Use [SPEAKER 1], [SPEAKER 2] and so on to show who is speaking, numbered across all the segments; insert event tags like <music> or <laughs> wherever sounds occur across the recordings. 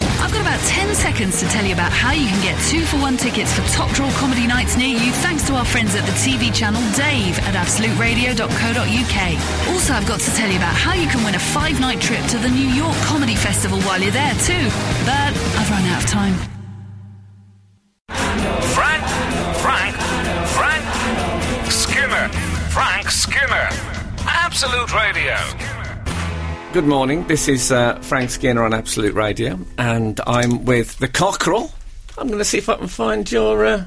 [SPEAKER 1] I've got about 10 seconds to tell you about how you can get two for one tickets for top draw comedy nights near you thanks to our friends at the TV channel Dave at absoluteradio.co.uk. Also, I've got to tell you about how you can win a five night trip to the New York Comedy Festival while you're there too. But I've run out of time.
[SPEAKER 2] Frank, Frank, Frank Skinner. Frank Skinner. Absolute Radio.
[SPEAKER 3] Good morning. This is uh, Frank Skinner on Absolute Radio, and I'm with the Cockerel. I'm going to see if I can find your. Uh...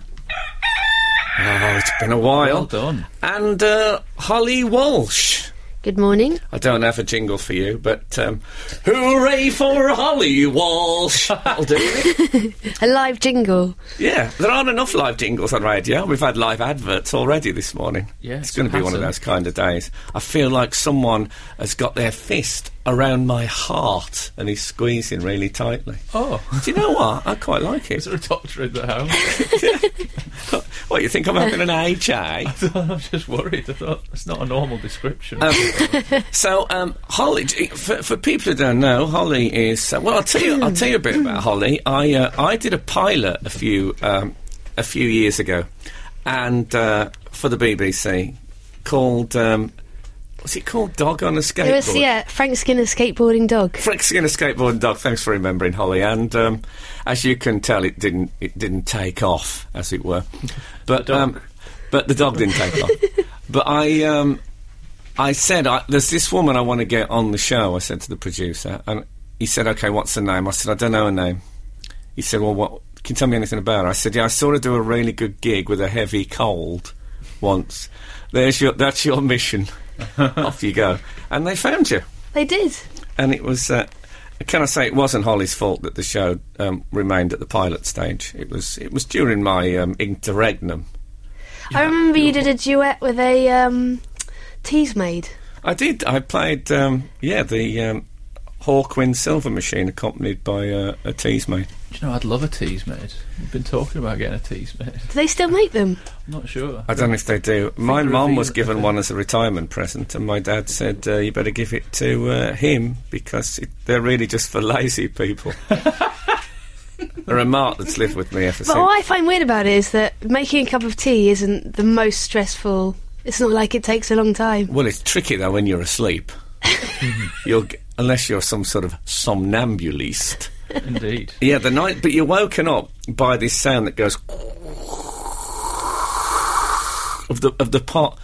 [SPEAKER 3] Oh, it's been a while.
[SPEAKER 4] Well done.
[SPEAKER 3] And uh, Holly Walsh.
[SPEAKER 5] Good morning.
[SPEAKER 3] I don't have a jingle for you, but um, hooray for Holly Walsh! That'll do. it.
[SPEAKER 5] A live jingle.
[SPEAKER 3] yeah, there aren't enough live jingles on radio. We've had live adverts already this morning.
[SPEAKER 4] Yeah,
[SPEAKER 3] it's
[SPEAKER 4] it's
[SPEAKER 3] going
[SPEAKER 4] a
[SPEAKER 3] to be one of
[SPEAKER 4] pattern.
[SPEAKER 3] those kind of days. I feel like someone has got their fist around my heart and is squeezing really tightly.
[SPEAKER 4] Oh,
[SPEAKER 3] Do you know what? I quite like it.
[SPEAKER 4] <laughs> is there a doctor in the <laughs> house?
[SPEAKER 3] What you think I'm having an
[SPEAKER 4] <laughs>
[SPEAKER 3] HA?
[SPEAKER 4] I'm just worried. I thought that's not a normal description.
[SPEAKER 3] So, um, Holly, d- for, for people who don't know, Holly is uh, well. I'll tell you. I'll tell you a bit about Holly. I uh, I did a pilot a few um, a few years ago, and uh, for the BBC, called um, was it called Dog on a Skateboard?
[SPEAKER 5] It was yeah, Frank Skinner skateboarding dog.
[SPEAKER 3] Frick Skinner skateboard and dog. Thanks for remembering, Holly. And um, as you can tell, it didn't it didn't take off, as it were. But
[SPEAKER 4] dog.
[SPEAKER 3] um, but the dog didn't take off. But I um, I said I, there's this woman I want to get on the show. I said to the producer, and he said, "Okay, what's her name?" I said, "I don't know her name." He said, "Well, what can you tell me anything about her?" I said, "Yeah, I saw her do a really good gig with a heavy cold once. There's your that's your mission. off you go." And they found you
[SPEAKER 5] They did.
[SPEAKER 3] and it was. Uh, can I say it wasn't Holly's fault that the show um, remained at the pilot stage? It was. It was during my um, interregnum.
[SPEAKER 5] I remember you did a duet with a um, tease maid.
[SPEAKER 3] I did. I played. Um, yeah, the um, Hawkwind Silver Machine, accompanied by uh, a tease mate.
[SPEAKER 4] Do you know, I'd love a tease mate. We've been talking about getting a tease mate.
[SPEAKER 5] Do they still make them?
[SPEAKER 4] I'm not sure.
[SPEAKER 3] I don't know if they do. My
[SPEAKER 4] Finger
[SPEAKER 3] mum
[SPEAKER 4] reveal-
[SPEAKER 3] was given one as a retirement present, and my dad said, uh, "You better give it to uh, him because it, they're really just for lazy
[SPEAKER 4] <laughs>
[SPEAKER 3] people." a remark that's lived with me ever
[SPEAKER 5] But
[SPEAKER 3] since.
[SPEAKER 5] what I find weird about it is that making a cup of tea isn't the most stressful. It's not like it takes a long time.
[SPEAKER 3] Well, it's tricky though when you're asleep. you're g- unless you're some sort of somnambulist.
[SPEAKER 4] Indeed.
[SPEAKER 3] Yeah, the night, but you're woken up by this sound that goes of the of the pot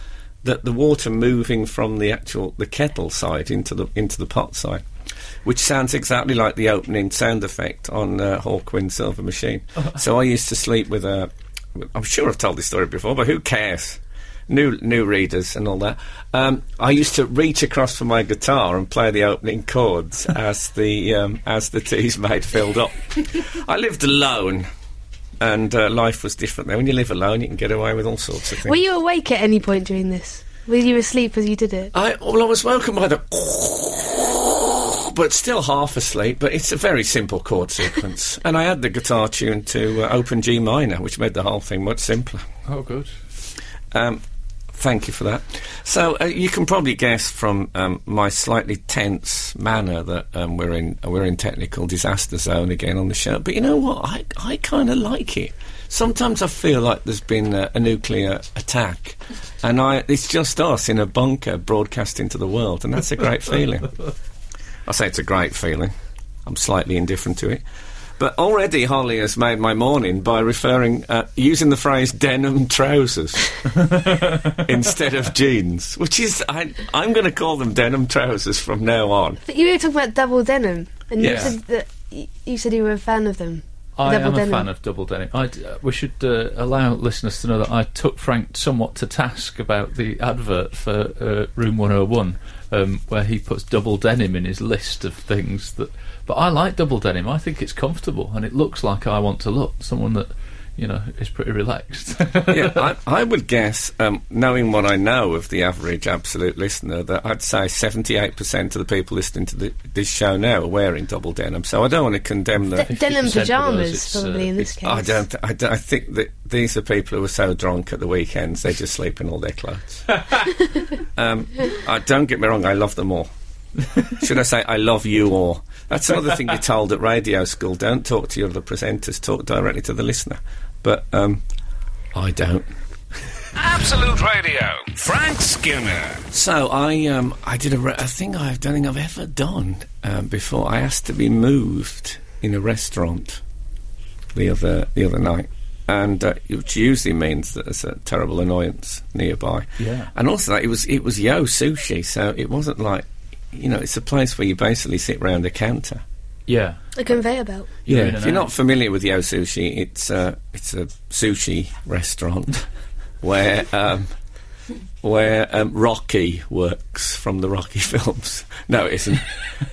[SPEAKER 3] that the water moving from the actual the kettle side into the into the pot side. Which sounds exactly like the opening sound effect on uh, Hawkwind Silver Machine. so I used to sleep with a. I'm sure I've told this story before, but who cares? New new readers and all that. Um, I used to reach across for my guitar and play the opening chords as the um, as the tea's made filled up. I lived alone, and uh, life was different. There, when you live alone, you can get away with all sorts of things.
[SPEAKER 5] Were you awake at any point during this? Were you asleep as you did it?
[SPEAKER 3] I well, I was woken by the, but still half asleep. But it's a very simple chord sequence, and I had the guitar tuned to uh, open G minor, which made the whole thing much simpler.
[SPEAKER 4] Oh, good.
[SPEAKER 3] Um, thank you for that. So uh, you can probably guess from um, my slightly tense manner that um, we're in we're in technical disaster zone again on the show. But you know what? I I kind of like it. Sometimes I feel like there's been a, a nuclear attack, and I it's just us in a bunker broadcasting to the world, and that's a great feeling. I say it's a great feeling. I'm slightly indifferent to it. But already Holly has made my morning by referring, uh, using the phrase denim trousers instead of jeans, which is, I, I'm going to call them denim trousers from now on.
[SPEAKER 5] But you were talking about double denim, and
[SPEAKER 3] Yeah.
[SPEAKER 5] you said that y- you said you were a fan of them.
[SPEAKER 4] I
[SPEAKER 5] Double
[SPEAKER 4] am
[SPEAKER 5] denim.
[SPEAKER 4] a fan of double denim. I d- uh, we should uh, allow listeners to know that I took Frank somewhat to task about the advert for uh, Room 101, um, where he puts double denim in his list of things that. But I like double denim. I think it's comfortable and it looks like I want to look. Someone that you know is pretty relaxed. <laughs>
[SPEAKER 3] yeah, I, I would guess, um, knowing what I know of the average absolute listener, that I'd say 78% of the people listening to the, this show now are wearing double denim. So I don't want to condemn them.
[SPEAKER 5] De- denim
[SPEAKER 4] 50% of
[SPEAKER 5] pajamas,
[SPEAKER 4] those, it's,
[SPEAKER 5] probably
[SPEAKER 4] uh,
[SPEAKER 5] in this case.
[SPEAKER 3] I don't, I don't. I think that these are people who are so drunk at the weekends they just sleep in all their
[SPEAKER 5] <laughs>
[SPEAKER 3] clothes. um, I don't get me wrong. I love them all. Should I say I love you all? That's another thing you're told at radio school. Don't talk to your other presenters. Talk directly to the listener. But um, I don't.
[SPEAKER 2] Absolute Radio. Frank Skinner.
[SPEAKER 3] So I um, I did a, re- a thing I don't think I've ever done um, before. I asked to be moved in a restaurant the other the other night, and uh, which usually means that there's a terrible annoyance nearby.
[SPEAKER 4] Yeah.
[SPEAKER 3] and also like, it was it was yo sushi, so it wasn't like you know it's a place where you basically sit round a counter.
[SPEAKER 4] Yeah.
[SPEAKER 5] A conveyor belt.
[SPEAKER 4] You're
[SPEAKER 3] Yeah,
[SPEAKER 4] in
[SPEAKER 3] if
[SPEAKER 4] and
[SPEAKER 3] you're
[SPEAKER 4] out.
[SPEAKER 3] not familiar with Yo Sushi, it's a it's a sushi
[SPEAKER 4] <laughs>
[SPEAKER 3] restaurant where um, where um, Rocky works from the Rocky <laughs> films. No, it isn't.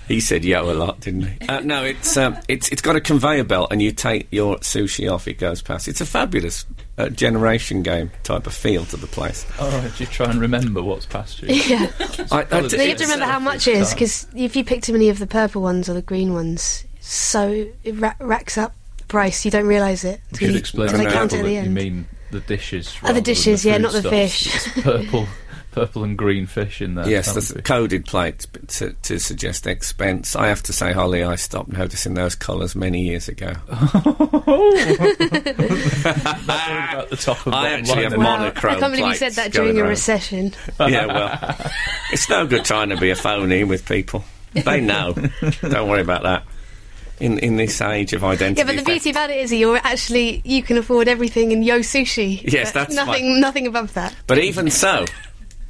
[SPEAKER 3] he said Yo a lot, didn't he? Uh, no, it's um, it's it's got a conveyor belt, and you take your sushi off, it goes past. It's a fabulous uh, generation game type of feel to the place.
[SPEAKER 4] All right, you try and remember what's
[SPEAKER 3] <laughs>
[SPEAKER 4] past you.
[SPEAKER 5] Yeah.
[SPEAKER 3] I, I
[SPEAKER 4] Probably
[SPEAKER 3] d-
[SPEAKER 5] No, you have
[SPEAKER 3] it's-
[SPEAKER 5] to remember how much it is because if you pick too many of the purple ones or the green ones, so it ra- racks up the price. You don't realise it.
[SPEAKER 4] We
[SPEAKER 5] till
[SPEAKER 4] should
[SPEAKER 5] you-
[SPEAKER 4] explain
[SPEAKER 5] till
[SPEAKER 4] to
[SPEAKER 5] they count at
[SPEAKER 4] people
[SPEAKER 5] the
[SPEAKER 4] that you
[SPEAKER 5] end.
[SPEAKER 4] mean the dishes.
[SPEAKER 5] Oh, the
[SPEAKER 4] rather than
[SPEAKER 5] dishes, yeah, not the
[SPEAKER 4] foodstuffs.
[SPEAKER 5] fish.
[SPEAKER 4] <laughs> It's purple, purple and green fish in there.
[SPEAKER 3] Yes,
[SPEAKER 4] can't
[SPEAKER 3] that's a
[SPEAKER 4] we?
[SPEAKER 3] coded plate b- to, to suggest expense. I have to say, Holly, I stopped noticing those colours many years ago. <laughs>
[SPEAKER 4] Not worried about the top and
[SPEAKER 3] I
[SPEAKER 4] bottom
[SPEAKER 3] actually
[SPEAKER 4] line
[SPEAKER 3] have
[SPEAKER 4] there.
[SPEAKER 3] more-
[SPEAKER 5] Wow, I
[SPEAKER 3] monochrome
[SPEAKER 5] can't believe you
[SPEAKER 3] plates
[SPEAKER 5] said that
[SPEAKER 3] going
[SPEAKER 5] during a
[SPEAKER 3] around. <laughs>
[SPEAKER 5] recession.
[SPEAKER 3] yeah, well, it's no good trying to be a phony with people. They know. Don't worry about that. In in this age of identity,
[SPEAKER 5] Yeah, but the
[SPEAKER 3] theft-
[SPEAKER 5] beauty about it is that you're actually you can afford everything in Yo Sushi.
[SPEAKER 3] Yes,
[SPEAKER 5] but
[SPEAKER 3] that's
[SPEAKER 5] nothing.
[SPEAKER 3] fine.
[SPEAKER 5] Nothing above that.
[SPEAKER 3] But even so,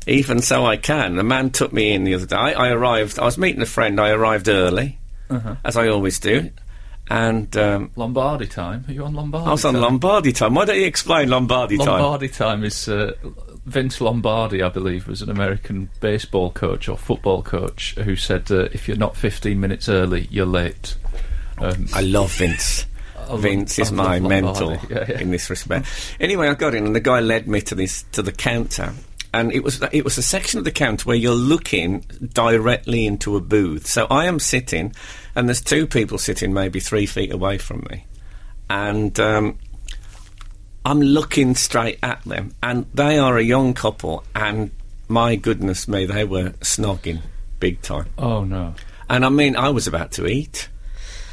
[SPEAKER 3] even so, I can. The man took me in the other day. I arrived. I was meeting a friend. I arrived early, as I always do, and. Um,
[SPEAKER 4] Lombardi time. Are you on Lombardi?
[SPEAKER 3] I was on
[SPEAKER 4] time?
[SPEAKER 3] Lombardi time. Why don't you explain Lombardi, time?
[SPEAKER 4] Lombardi time is uh, Vince Lombardi, I believe, was an American baseball coach or football coach who said, uh, "If you're not 15 minutes early, you're late." Um,
[SPEAKER 3] I love Vince.
[SPEAKER 4] love-
[SPEAKER 3] Vince is
[SPEAKER 4] I
[SPEAKER 3] my
[SPEAKER 4] <laughs> love Lombardi.
[SPEAKER 3] mentor
[SPEAKER 4] Oh, Yeah, yeah.
[SPEAKER 3] in this respect. Anyway, I got in, and the guy led me to this to the counter, and it was it was a section of the counter where you're looking directly into a booth. So I am sitting, and there's two people sitting maybe three feet away from me, and. Um, I'm looking straight at them, and they are a young couple, and my goodness me, they were snogging big time.
[SPEAKER 4] oh no!
[SPEAKER 3] And I mean, I was about to eat.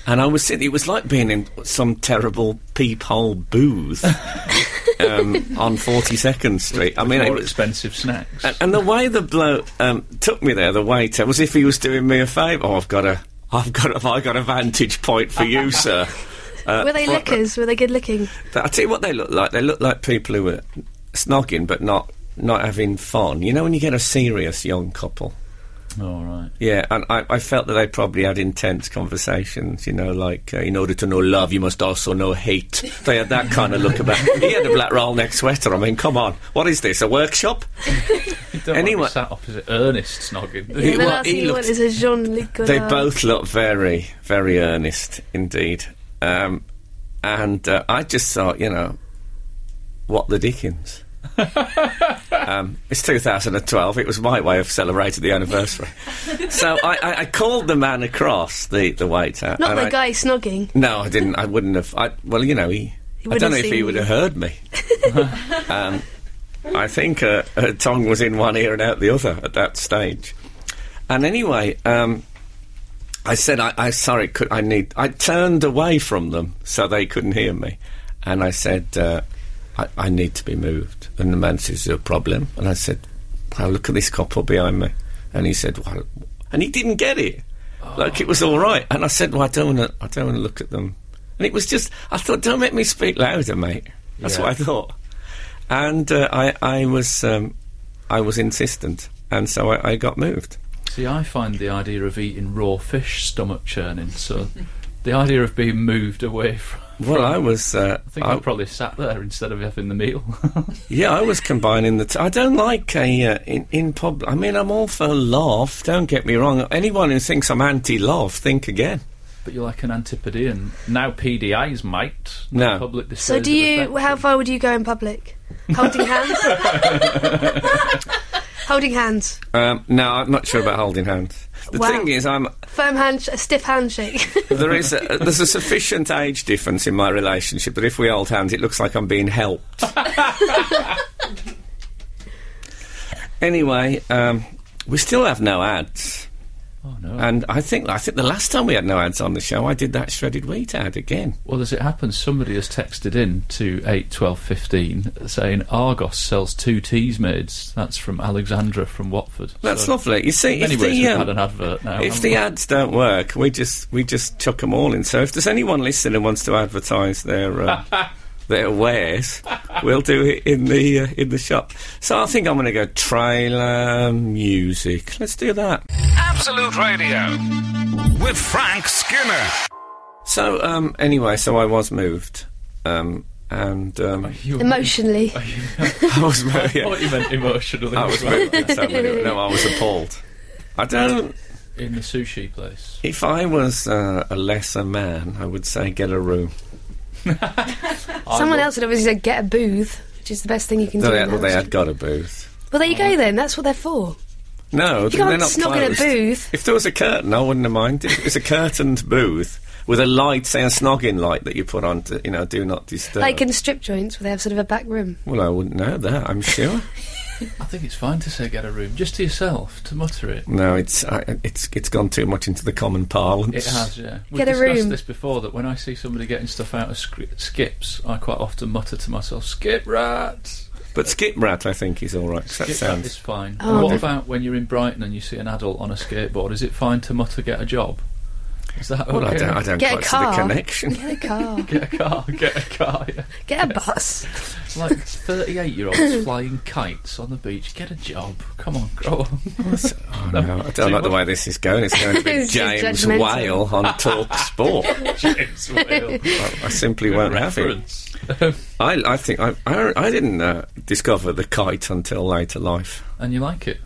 [SPEAKER 3] And I was sitting, it was like being in some terrible peephole booth
[SPEAKER 5] <laughs>
[SPEAKER 3] um, on 42nd Street. I mean, it
[SPEAKER 4] More
[SPEAKER 3] was,
[SPEAKER 4] expensive snacks.
[SPEAKER 3] and, and the way the bloke um, took me there, the waiter, was if he was doing me a favour. Oh, I've got a, I've got a, I've got a vantage point for
[SPEAKER 5] <laughs>
[SPEAKER 3] you, sir. Uh,
[SPEAKER 5] Were they
[SPEAKER 3] fr-
[SPEAKER 5] lickers? Were they good looking?
[SPEAKER 3] I tell you what, they look like. They look like people who are snogging but not not having fun. You know, when you get a serious young couple.
[SPEAKER 4] All right.
[SPEAKER 3] Yeah, and I, I felt that they probably had intense conversations, you know, like, uh, in order to know love, you must also know hate. They had that kind of look about. He had a black roll neck sweater. I mean, come on. What is this, a workshop?
[SPEAKER 4] You don't
[SPEAKER 3] Anyone-
[SPEAKER 4] want to be sat opposite Ernest snogging.
[SPEAKER 5] Yeah,
[SPEAKER 3] He-
[SPEAKER 5] the
[SPEAKER 3] well,
[SPEAKER 5] last
[SPEAKER 3] he
[SPEAKER 5] thing you want
[SPEAKER 3] looked-
[SPEAKER 5] is a Jean-Luc Godard.
[SPEAKER 3] They both look very, very earnest indeed. Um, and uh, I just thought, you know, what the
[SPEAKER 5] <laughs>
[SPEAKER 3] dickens? um, it's 2012. It was my way of celebrating the anniversary. so I, I, I called the man across, the, the waiter.
[SPEAKER 5] Not
[SPEAKER 3] and
[SPEAKER 5] the
[SPEAKER 3] I-
[SPEAKER 5] guy snogging.
[SPEAKER 3] No, I didn't. I wouldn't have. I, well, you know, he. I
[SPEAKER 5] wouldn't
[SPEAKER 3] don't know
[SPEAKER 5] have
[SPEAKER 3] if
[SPEAKER 5] seen
[SPEAKER 3] he would
[SPEAKER 5] you.
[SPEAKER 3] have heard
[SPEAKER 5] <laughs>
[SPEAKER 3] me. um, I think uh, her tongue was in one ear and out the other at that stage. And anyway, um, I said, I, "I sorry, could I need?" I turned away from them so they couldn't hear me, and I said, uh, I, "I need to be moved." And the man says, "Is there a problem?" And I said, "Wow, look at this couple behind me," and he said, "Well," and he didn't get it. Like it was all right, and I said, "Well, I don't want to. I don't want to look at them." And it was just, I thought, "Don't make me speak louder, mate." That's
[SPEAKER 4] Yeah.
[SPEAKER 3] what I thought, and uh, I, I was, um, I was insistent, and so I, I got moved.
[SPEAKER 4] See, I find the idea of eating raw fish stomach churning. So, the idea of being moved away from.
[SPEAKER 3] Well, I was. Uh,
[SPEAKER 4] I think I, probably sat there instead of having the meal. <laughs>
[SPEAKER 3] Yeah, I was combining the. T- I don't like a uh, in in pub. I mean, I'm all for love. Don't get me wrong. Anyone who thinks I'm anti-love, think again.
[SPEAKER 4] but you're like an antipodean. Now PDIs might. not
[SPEAKER 3] No.
[SPEAKER 4] Public displays
[SPEAKER 5] So do
[SPEAKER 4] of
[SPEAKER 5] you?
[SPEAKER 4] affection.
[SPEAKER 5] How far would you go in public?
[SPEAKER 3] <laughs>
[SPEAKER 5] Holding hands. Holding hands.
[SPEAKER 3] Um, no, I'm not sure about holding hands. The
[SPEAKER 5] Wow.
[SPEAKER 3] thing is, I'm
[SPEAKER 5] Firm hand. A stiff handshake. <laughs>
[SPEAKER 3] there is a, there's a sufficient age difference in my relationship that if we hold hands, it looks like I'm being helped. anyway, um, we still have no ads.
[SPEAKER 4] Oh no.
[SPEAKER 3] And I think I think the last time we had no ads on the show, I did that shredded wheat ad again.
[SPEAKER 4] Well, as it happens, somebody has texted in to eight twelve fifteen saying Argos sells two teas maids. That's from Alexandra from Watford.
[SPEAKER 3] That's
[SPEAKER 4] So
[SPEAKER 3] lovely. You see,
[SPEAKER 4] Many
[SPEAKER 3] if
[SPEAKER 4] ways
[SPEAKER 3] the,
[SPEAKER 4] we've
[SPEAKER 3] um,
[SPEAKER 4] had an advert now.
[SPEAKER 3] if
[SPEAKER 4] haven't
[SPEAKER 3] the
[SPEAKER 4] we?
[SPEAKER 3] ads don't work, we just we just chuck them all in. So if there's anyone listening who wants to advertise their
[SPEAKER 4] <laughs>
[SPEAKER 3] uh, their wares, we'll do it in the uh, in the shop. So I think I'm going to go trailer music. Let's do that.
[SPEAKER 2] Absolute Radio with Frank Skinner.
[SPEAKER 3] So um, anyway, so I was moved, um, and um,
[SPEAKER 4] <laughs> You-
[SPEAKER 5] Emotionally,
[SPEAKER 3] I was moved.
[SPEAKER 4] What you meant emotionally
[SPEAKER 3] I was
[SPEAKER 4] <laughs>
[SPEAKER 3] moved. in so many- no, I was appalled. I don't.
[SPEAKER 4] in the sushi place.
[SPEAKER 3] If I was uh, a lesser man, I would say get a room.
[SPEAKER 5] someone else had obviously said get a booth, which is the best thing you can
[SPEAKER 3] No,
[SPEAKER 5] do.
[SPEAKER 3] they,
[SPEAKER 5] in
[SPEAKER 3] well,
[SPEAKER 5] that.
[SPEAKER 3] they had got a booth.
[SPEAKER 5] Well, there you go then. That's what they're for.
[SPEAKER 3] No,
[SPEAKER 5] You
[SPEAKER 3] they're
[SPEAKER 5] can't
[SPEAKER 3] not
[SPEAKER 5] snog in a
[SPEAKER 3] closed.
[SPEAKER 5] booth.
[SPEAKER 3] If there was a curtain, I wouldn't have minded. If it was a curtained booth with a light, say a snogging light that you put on to, you know, do not disturb.
[SPEAKER 5] Like in strip joints where they have sort of a back room.
[SPEAKER 3] well, I wouldn't know that. I'm sure.
[SPEAKER 4] I think it's fine to say get a room just to yourself to mutter it.
[SPEAKER 3] no, it's I, it's it's gone too much into the common parlance.
[SPEAKER 4] It has, yeah. We've
[SPEAKER 5] Get a
[SPEAKER 4] discussed
[SPEAKER 5] room.
[SPEAKER 4] this before that when I see somebody getting stuff out of scri- skips, I quite often mutter to myself, "Skip rats."
[SPEAKER 3] But skip rat, I think, is all right. That
[SPEAKER 4] Skip rat
[SPEAKER 3] sounds.
[SPEAKER 4] is fine.
[SPEAKER 5] Oh,
[SPEAKER 4] what
[SPEAKER 5] no.
[SPEAKER 4] about when you're in Brighton and you see an adult on a skateboard? Is it fine to mutter, "Get a job"? Is that
[SPEAKER 3] Well, I
[SPEAKER 4] okay?
[SPEAKER 3] don't, I don't
[SPEAKER 5] Get a
[SPEAKER 3] quite see
[SPEAKER 5] car.
[SPEAKER 3] the
[SPEAKER 5] <laughs>
[SPEAKER 3] connection.
[SPEAKER 5] Get
[SPEAKER 3] <laughs>
[SPEAKER 5] a car.
[SPEAKER 4] <laughs> Get a car, get a car. Yeah.
[SPEAKER 5] get a bus.
[SPEAKER 4] It's like 38 year
[SPEAKER 5] <laughs>
[SPEAKER 4] olds flying kites on the beach. Get a job. Come on,
[SPEAKER 3] <laughs>
[SPEAKER 4] grow on.
[SPEAKER 3] Oh,
[SPEAKER 4] Um,
[SPEAKER 3] no, I don't like the way this is going. It's
[SPEAKER 5] <laughs>
[SPEAKER 3] going to be
[SPEAKER 5] It's just
[SPEAKER 3] James
[SPEAKER 5] judgmental.
[SPEAKER 3] Whale on Talk
[SPEAKER 5] <laughs>
[SPEAKER 3] Sport.
[SPEAKER 4] James <laughs> Whale.
[SPEAKER 3] I simply won't have it.
[SPEAKER 4] Reference.
[SPEAKER 3] I, I think I, I, I didn't uh, discover the kite until later life.
[SPEAKER 4] and you like it?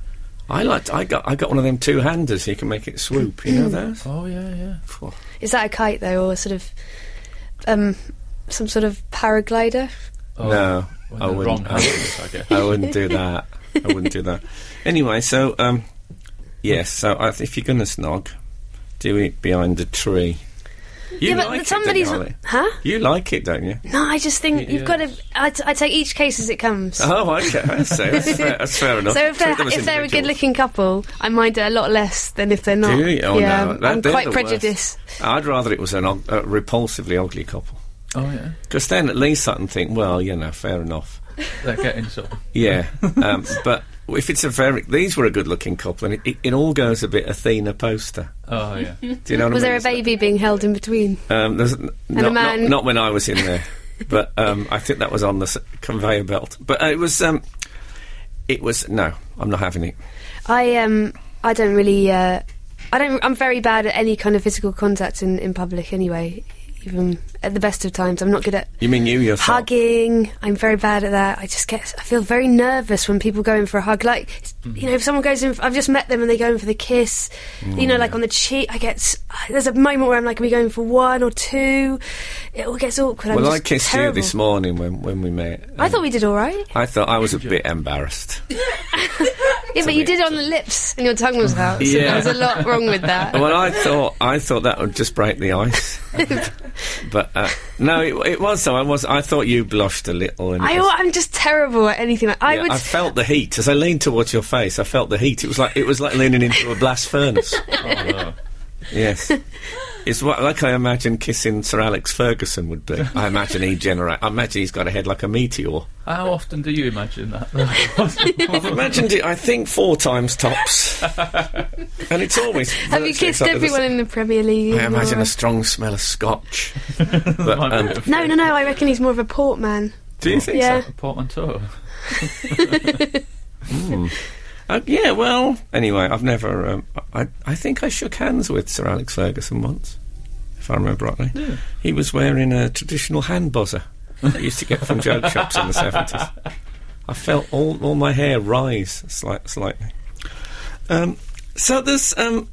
[SPEAKER 3] I liked. I got. I got one of them two-handers. You can make it swoop. You know those.
[SPEAKER 4] <clears throat> Oh, yeah, yeah.
[SPEAKER 3] Oh,
[SPEAKER 5] Is that a kite though, or sort of um, some sort of paraglider?
[SPEAKER 4] Oh,
[SPEAKER 3] No,
[SPEAKER 4] well,
[SPEAKER 3] I
[SPEAKER 4] the
[SPEAKER 3] wouldn't.
[SPEAKER 4] wrong
[SPEAKER 3] I,
[SPEAKER 4] hands, I guess.
[SPEAKER 3] I wouldn't do that. I wouldn't do that. Anyway, so um, yes. So I, th- if you're going to snog, do it behind a tree. You
[SPEAKER 5] but
[SPEAKER 3] like it,
[SPEAKER 5] somebody's-
[SPEAKER 3] don't you, Ollie?
[SPEAKER 5] Huh?
[SPEAKER 3] You like it,
[SPEAKER 5] <laughs>
[SPEAKER 3] don't you?
[SPEAKER 5] No, I just think
[SPEAKER 4] Y-
[SPEAKER 5] you've got to.
[SPEAKER 4] yes.
[SPEAKER 5] I, t- I take each case as it comes.
[SPEAKER 3] Oh, okay. I see. That's fair, that's fair enough.
[SPEAKER 5] So if
[SPEAKER 3] Treat
[SPEAKER 5] they're,
[SPEAKER 3] them as
[SPEAKER 5] if they're a
[SPEAKER 3] individuals.
[SPEAKER 5] good-looking couple, I mind it a lot less than if they're not.
[SPEAKER 3] Do you? Oh,
[SPEAKER 5] yeah,
[SPEAKER 3] no.
[SPEAKER 5] I'm-
[SPEAKER 3] That-
[SPEAKER 5] I'm
[SPEAKER 3] they're
[SPEAKER 5] quite
[SPEAKER 3] the worst.
[SPEAKER 5] prejudiced.
[SPEAKER 3] I'd rather it was an og- a repulsively ugly couple.
[SPEAKER 4] <laughs> Oh, yeah.
[SPEAKER 3] Because then at least I can think, well, you know, fair enough.
[SPEAKER 4] They're getting some.
[SPEAKER 5] <laughs>
[SPEAKER 3] Yeah. um, but if it's a very. These were a good looking couple, and it, it, it all goes a bit Athena poster.
[SPEAKER 4] Oh, <laughs> yeah.
[SPEAKER 3] Do you know what I mean?
[SPEAKER 5] Was there a
[SPEAKER 3] It's like-
[SPEAKER 5] baby being held in between?
[SPEAKER 3] Um, there's n- not,
[SPEAKER 5] a man-
[SPEAKER 3] not, not when I was in
[SPEAKER 5] <laughs>
[SPEAKER 3] there, but um, I think that was on the s- conveyor belt. But uh, it was. Um, it was no, I'm not having it.
[SPEAKER 5] I um I don't really uh, I don't I'm very bad at any kind of physical contact in, in public anyway. Even at the best of times, I'm not good at
[SPEAKER 3] You mean you yourself?
[SPEAKER 5] hugging. I'm very bad at that. I just get I feel very nervous when people go in for a hug. Like it's- you know, if someone goes in, f I've just met them and they go in for the kiss. you
[SPEAKER 3] Mm.
[SPEAKER 5] know, like on the cheek. I get s- there's a moment where I'm like, are we going for one or two? It all gets awkward. I'm
[SPEAKER 3] Well, I
[SPEAKER 5] just
[SPEAKER 3] kissed
[SPEAKER 5] terrible.
[SPEAKER 3] you this morning when, when we met.
[SPEAKER 5] I thought we did all right.
[SPEAKER 3] I thought I was a bit embarrassed.
[SPEAKER 5] Yeah, but you did it on the lips and your tongue was
[SPEAKER 3] <laughs>
[SPEAKER 5] out. So
[SPEAKER 3] Yeah.
[SPEAKER 5] there was a lot wrong with that.
[SPEAKER 3] well, I thought I thought that would just break the
[SPEAKER 5] <laughs>
[SPEAKER 3] ice, but uh, no, it, it was. So I was. I thought you blushed a little. And it
[SPEAKER 5] I,
[SPEAKER 3] was-
[SPEAKER 5] am just terrible at anything. Like, I
[SPEAKER 3] yeah,
[SPEAKER 5] would.
[SPEAKER 3] I felt the heat as I leaned towards your face. I felt the heat. It was like it was like leaning into a blast
[SPEAKER 5] <laughs>
[SPEAKER 3] furnace.
[SPEAKER 4] Oh, no.
[SPEAKER 3] Yes. It's what, like I imagine kissing Sir Alex Ferguson would be. I imagine he generate. I imagine he's got a head like a meteor.
[SPEAKER 4] How often do you imagine that? <laughs>
[SPEAKER 3] I've imagined it. I think four times
[SPEAKER 5] <laughs>
[SPEAKER 3] tops, and it's always.
[SPEAKER 5] have you kissed everyone in the Premier League?
[SPEAKER 3] I imagine
[SPEAKER 5] Or-
[SPEAKER 3] a strong smell of
[SPEAKER 5] <laughs>
[SPEAKER 3] scotch. But,
[SPEAKER 4] My
[SPEAKER 3] um,
[SPEAKER 4] bit of
[SPEAKER 5] no, no, no. I reckon he's more of a port man.
[SPEAKER 3] do you think
[SPEAKER 5] Yeah.
[SPEAKER 3] so?
[SPEAKER 4] a portmanteau.
[SPEAKER 3] Uh, yeah. Well, anyway, I've never. Um, I I think I shook hands with Sir Alex Ferguson once, if I remember rightly. He was wearing a traditional hand buzzer I used to get from joke shops in the seventies. I felt all all my hair rise slight, slightly. Um, so there's um,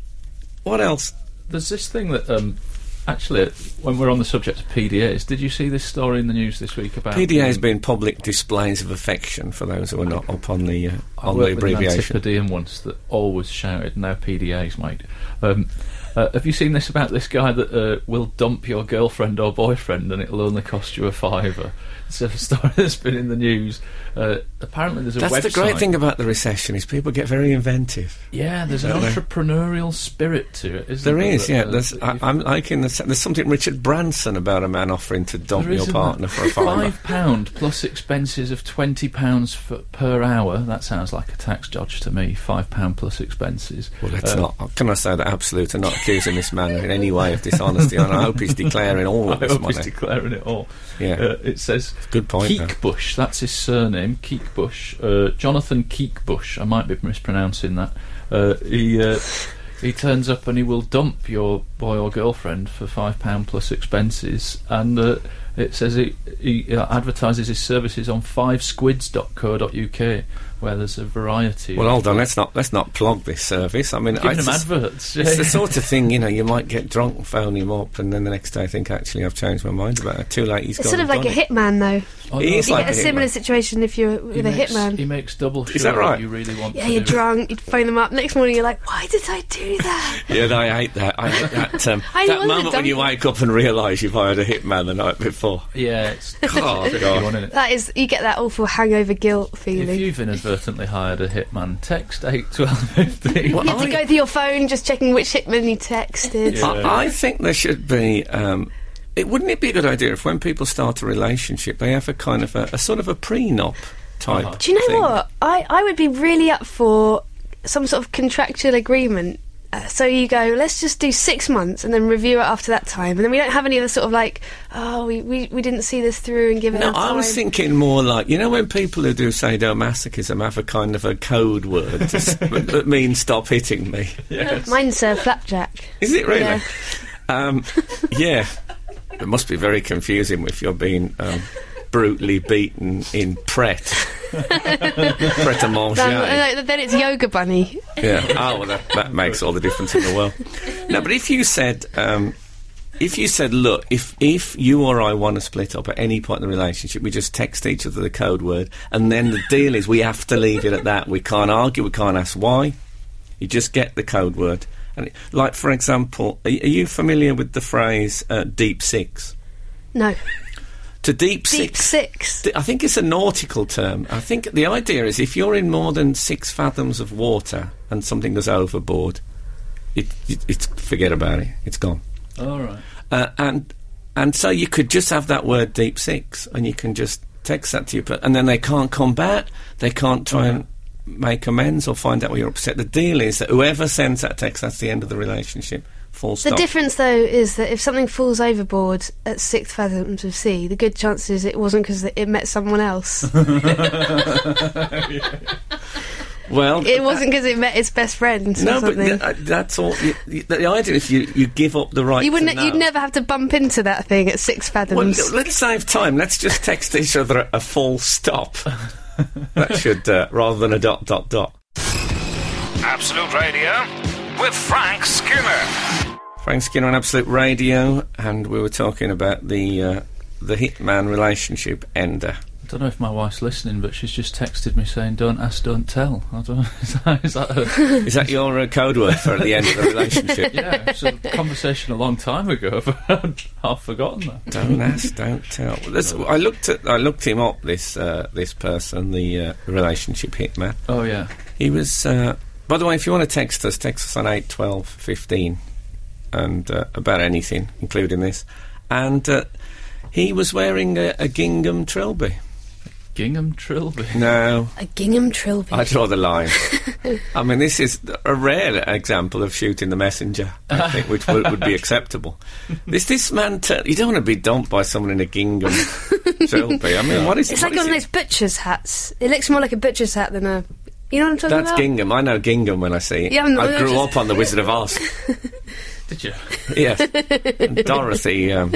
[SPEAKER 3] what else?
[SPEAKER 4] There's this thing that, um, actually, when we're on the subject of PDAs, did you see this story in the news this week about
[SPEAKER 3] PDA has been public displays of affection for those who are not up on the uh,
[SPEAKER 4] I
[SPEAKER 3] on the
[SPEAKER 4] worked with an
[SPEAKER 3] abbreviation.
[SPEAKER 4] Antipodean once that always shouted, "Now PDAs, mate." Um, uh, have you seen this about this guy that uh, will dump your girlfriend or boyfriend and it'll only cost you a fiver? It's a story <laughs> that's been in the news. Uh, apparently, there's a
[SPEAKER 3] That's
[SPEAKER 4] website.
[SPEAKER 3] the great thing about the recession is people get very inventive.
[SPEAKER 4] Yeah, there's an
[SPEAKER 3] Don't they?
[SPEAKER 4] entrepreneurial spirit to it, isn't
[SPEAKER 3] There
[SPEAKER 4] there?
[SPEAKER 3] is,
[SPEAKER 4] That,
[SPEAKER 3] yeah.
[SPEAKER 4] uh,
[SPEAKER 3] There's,
[SPEAKER 4] that
[SPEAKER 3] I,
[SPEAKER 4] you've-
[SPEAKER 3] I'm liking the, there's something Richard Branson about a man offering to dump
[SPEAKER 4] There
[SPEAKER 3] your
[SPEAKER 4] isn't
[SPEAKER 3] partner
[SPEAKER 4] that.
[SPEAKER 3] for a fiver.
[SPEAKER 4] Five pound plus expenses of twenty pounds for, per hour. That sounds like a tax dodge to me. Five pound plus expenses.
[SPEAKER 3] Well, let's
[SPEAKER 4] Uh,
[SPEAKER 3] not. Can I say that absolute and not accusing this man in any way of dishonesty? And I hope
[SPEAKER 4] <laughs>
[SPEAKER 3] he's declaring all of
[SPEAKER 4] I
[SPEAKER 3] this
[SPEAKER 4] hope
[SPEAKER 3] money.
[SPEAKER 4] he's declaring it all.
[SPEAKER 3] Yeah.
[SPEAKER 4] Uh, it says
[SPEAKER 3] Good point, though.
[SPEAKER 4] Keekbush. That's his surname, Keekbush. Uh, Jonathan Keekbush. I might be mispronouncing that. Uh, he uh, he turns up and he will dump your boy or girlfriend for five pound plus expenses, and uh, it says he, he uh, advertises his services on fivesquids.co.uk, where there's a variety.
[SPEAKER 3] well,
[SPEAKER 4] of
[SPEAKER 3] hold on. Let's not let's not plug this service. I mean, I
[SPEAKER 4] giving them
[SPEAKER 3] sus-
[SPEAKER 4] adverts.
[SPEAKER 3] It's
[SPEAKER 4] yeah. <laughs>
[SPEAKER 3] the sort of thing, you know, you might get drunk, phone him up, and then the next day think, actually, I've changed my mind about it. Too late, he's
[SPEAKER 5] It's
[SPEAKER 3] gone
[SPEAKER 5] sort of
[SPEAKER 3] and
[SPEAKER 5] like a
[SPEAKER 3] done it.
[SPEAKER 5] hitman, though.
[SPEAKER 4] Oh,
[SPEAKER 3] It
[SPEAKER 4] no,
[SPEAKER 3] is
[SPEAKER 5] You
[SPEAKER 3] like
[SPEAKER 5] get a
[SPEAKER 3] a hitman.
[SPEAKER 5] similar situation if you're
[SPEAKER 4] he
[SPEAKER 5] with a
[SPEAKER 4] makes-
[SPEAKER 5] hitman.
[SPEAKER 4] He makes double sure
[SPEAKER 3] Is that right?
[SPEAKER 4] you really want
[SPEAKER 5] yeah,
[SPEAKER 4] to
[SPEAKER 5] you're
[SPEAKER 4] do it.
[SPEAKER 5] drunk. You'd phone them up. Next morning, you're like, "Why did I
[SPEAKER 3] <laughs>
[SPEAKER 5] do that?"
[SPEAKER 3] Yeah, no, I hate that. I hate that. Um,
[SPEAKER 5] <laughs> I
[SPEAKER 3] that
[SPEAKER 5] wanted
[SPEAKER 3] moment when
[SPEAKER 5] to
[SPEAKER 3] you
[SPEAKER 5] dump
[SPEAKER 3] wake up and realise you've hired a hitman the night before.
[SPEAKER 4] Yeah, it's <laughs>
[SPEAKER 3] Oh, <laughs> God.
[SPEAKER 4] one, is
[SPEAKER 5] that is, you get that awful hangover guilt
[SPEAKER 4] If
[SPEAKER 5] feeling. You,
[SPEAKER 4] you've inadvertently hired a hitman, text eight twelve fifteen.
[SPEAKER 3] Well,
[SPEAKER 5] have to
[SPEAKER 3] I-
[SPEAKER 5] go through your phone, just checking which hitman you texted.
[SPEAKER 4] Yeah.
[SPEAKER 3] I, I think there should be. Um, it wouldn't it be a good idea if when people start a relationship, they have a kind of a, a sort of a prenup type.
[SPEAKER 5] Do you know
[SPEAKER 3] thing.
[SPEAKER 5] what? I, I would be really up for some sort of contractual agreement. Uh, so you go, let's just do six months and then review it after that time. And then we don't have any other sort of like, oh, we, we, we didn't see this through and give it
[SPEAKER 3] No, I
[SPEAKER 5] our
[SPEAKER 3] was
[SPEAKER 5] time."
[SPEAKER 3] thinking more like you know when people who do sadomasochism have a kind of a code word to s- that means stop hitting me.
[SPEAKER 5] Mine's uh, Flapjack.
[SPEAKER 3] Is it really?
[SPEAKER 5] Yeah.
[SPEAKER 3] Um, yeah. It must be very confusing if you're being um, brutally beaten in Pret.
[SPEAKER 5] <laughs>
[SPEAKER 3] Pret a manger.
[SPEAKER 5] Then, uh, then it's Yoga Bunny.
[SPEAKER 3] Yeah. <laughs> Oh, well, that, that makes all the difference in the world. No, but if you said, um, if you said, look, if if you or I want to split up at any point in the relationship, we just text each other the code word, and then the deal is we have to leave it at that. We can't argue. We can't ask why. You just get the code word. And it, like, for example, are, are you familiar with the phrase uh, "deep six?
[SPEAKER 5] No,
[SPEAKER 3] To deep,
[SPEAKER 5] Deep
[SPEAKER 3] six
[SPEAKER 5] Six.
[SPEAKER 3] Th- I think it's a nautical term. I think the idea is if you're in more than six fathoms of water and something goes overboard, it, it it's forget about it. It's gone.
[SPEAKER 4] All right.
[SPEAKER 3] Uh, and and so you could just have that word deep six, and you can just text that to you. But and then they can't combat. They can't try and make amends or find out why you're upset. The deal is that whoever sends that text, that's the end of the relationship. Full
[SPEAKER 5] The
[SPEAKER 3] stop.
[SPEAKER 5] difference, though, is that if something falls overboard at six fathoms of sea, the good chance is it wasn't because it met
[SPEAKER 3] <laughs>
[SPEAKER 5] someone else.
[SPEAKER 3] well,
[SPEAKER 5] it wasn't because it met its best friend or
[SPEAKER 3] no, but
[SPEAKER 5] something.
[SPEAKER 3] th- uh, that's all. You, you, the idea is you, you give up the right.
[SPEAKER 5] you wouldn't.
[SPEAKER 3] To know.
[SPEAKER 5] You'd never have to bump into that thing at six
[SPEAKER 3] Well,
[SPEAKER 5] fathoms.
[SPEAKER 3] l- let's save time. Let's just text each other a- a full stop. that should, uh, rather than a dot, dot, dot.
[SPEAKER 2] Absolute Radio with Frank Skinner.
[SPEAKER 3] Frank Skinner on Absolute Radio, and we were talking about the uh, the hitman relationship ender.
[SPEAKER 4] I don't know if my wife's listening, but she's just texted me saying, "Don't ask, don't tell." I don't. Know. <laughs> Is that, is that a,
[SPEAKER 3] Is that your uh, code word for at the end of the relationship?
[SPEAKER 4] <laughs> yeah, it's a conversation a long time ago. but <laughs> I've forgotten that.
[SPEAKER 3] Don't ask, don't tell. Well, this- I looked at I looked him up. This uh, this person, the uh, relationship hitman.
[SPEAKER 4] Oh yeah.
[SPEAKER 3] He was. Uh, by the way, if you want to text us, text us on eight twelve fifteen, and uh, about anything, including this. And uh, he was wearing a, a gingham trilby.
[SPEAKER 4] Gingham Trilby.
[SPEAKER 3] No,
[SPEAKER 5] a gingham trilby.
[SPEAKER 3] I draw the
[SPEAKER 5] <laughs>
[SPEAKER 3] line. I mean, this is a rare example of shooting the messenger, I think, which would, would be
[SPEAKER 5] <laughs>
[SPEAKER 3] acceptable. This this man, tur- you don't want to be dumped by someone in a gingham trilby. I mean, what is
[SPEAKER 5] it's
[SPEAKER 3] what is
[SPEAKER 5] like one of
[SPEAKER 3] it?
[SPEAKER 5] those butcher's hats. It looks more like a butcher's hat than a. You know what I'm talking <laughs>
[SPEAKER 3] That's
[SPEAKER 5] about?
[SPEAKER 3] gingham. I know gingham when I see it.
[SPEAKER 5] Yeah, I'm-
[SPEAKER 3] I
[SPEAKER 5] I'm
[SPEAKER 3] grew
[SPEAKER 5] just-
[SPEAKER 3] up on the Wizard of
[SPEAKER 5] <laughs>
[SPEAKER 3] Oz.
[SPEAKER 4] Did you?
[SPEAKER 3] Yes. And Dorothy. Um,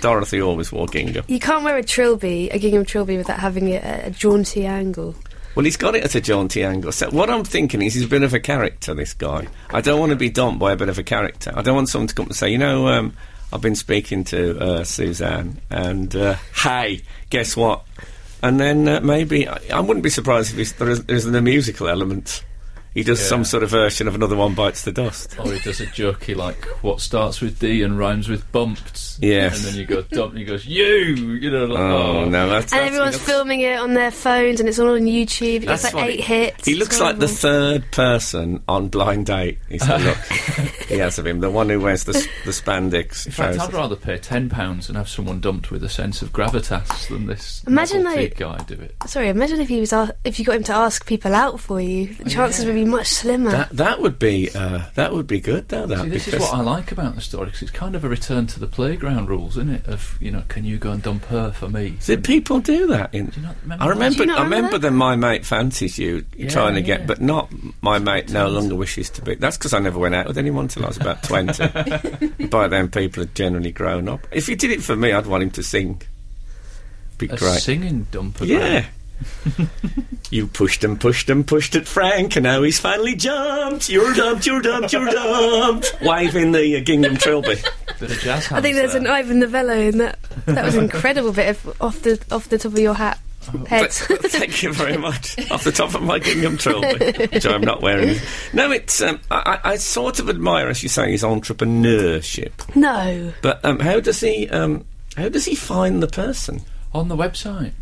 [SPEAKER 3] Dorothy always wore gingham.
[SPEAKER 5] You can't wear a trilby, a gingham trilby, without having it at a jaunty angle.
[SPEAKER 3] Well, he's got it at a jaunty angle. So what I'm thinking is he's a bit of a character. This guy. I don't want to be dumped by a bit of a character. I don't want someone to come and say, you know, um, I've been speaking to uh, Suzanne, and uh, hey, guess what? and then uh, maybe I, I wouldn't be surprised if he's, there is, there's a musical element. He does some
[SPEAKER 4] Yeah.
[SPEAKER 3] sort of version of another one bites the dust.
[SPEAKER 4] Or Oh, he does a jerky like what starts with D and rhymes with bumped.
[SPEAKER 3] Yes.
[SPEAKER 4] And then you go dump and he goes, You you know like
[SPEAKER 3] Oh, no, that's,
[SPEAKER 5] and
[SPEAKER 3] that's-
[SPEAKER 5] everyone's
[SPEAKER 3] that's-
[SPEAKER 5] filming it on their phones, and it's all on YouTube. It's like
[SPEAKER 3] what
[SPEAKER 5] eight
[SPEAKER 3] he-
[SPEAKER 5] hits.
[SPEAKER 3] He
[SPEAKER 5] It's
[SPEAKER 3] looks like the
[SPEAKER 5] horrible.
[SPEAKER 3] third person on Blind Date. He's
[SPEAKER 4] <laughs>
[SPEAKER 3] the look he has of him, the one who wears the, s- the spandex
[SPEAKER 4] In fact, I'd
[SPEAKER 3] trousers.
[SPEAKER 4] rather pay ten pounds and have someone dumped with a sense of gravitas than this
[SPEAKER 5] Imagine
[SPEAKER 4] novelty
[SPEAKER 5] though-
[SPEAKER 4] guy do it.
[SPEAKER 5] Sorry, imagine if he was a- if you got him to ask people out for you. The chances would be much slimmer.
[SPEAKER 3] That that would be uh, that would be good though. That
[SPEAKER 4] See, this is
[SPEAKER 3] because-
[SPEAKER 4] what I like about the story because it's kind of a return to the playground rules, isn't it? Of you know, can you go and dump her for me?
[SPEAKER 3] Did people do that? In,
[SPEAKER 4] Do you not remember
[SPEAKER 3] I
[SPEAKER 4] that?
[SPEAKER 3] remember.
[SPEAKER 5] Do you not
[SPEAKER 3] I
[SPEAKER 5] remember
[SPEAKER 3] remember
[SPEAKER 5] that?
[SPEAKER 3] the my mate fancies you trying to get,
[SPEAKER 4] yeah.
[SPEAKER 3] but not my mate no longer wishes to be. That's because I never went out with anyone till I was about
[SPEAKER 4] <laughs>
[SPEAKER 3] twenty. By then, people had generally grown up. If he did it for me, I'd want him to sing. Be
[SPEAKER 4] A
[SPEAKER 3] great.
[SPEAKER 4] singing dumper.
[SPEAKER 3] yeah. <laughs> you pushed and pushed and pushed at Frank, and now he's finally jumped. You're dumped. You're dumped. You're dumped. Waving the uh, gingham trilby.
[SPEAKER 4] bit of jazz hands
[SPEAKER 5] I think there's
[SPEAKER 4] there.
[SPEAKER 5] an
[SPEAKER 3] uh,
[SPEAKER 5] Ivan Novello in that. That was an incredible bit of off the off the top of your hat. Head.
[SPEAKER 3] Th- Thank you very much. Off the top of my gingham trilby, which I'm not wearing. No, it's. Um, I, I I sort of admire, as you say, his entrepreneurship.
[SPEAKER 5] <laughs> no.
[SPEAKER 3] But um, how does he? Um, how does he find the person?
[SPEAKER 4] on the website.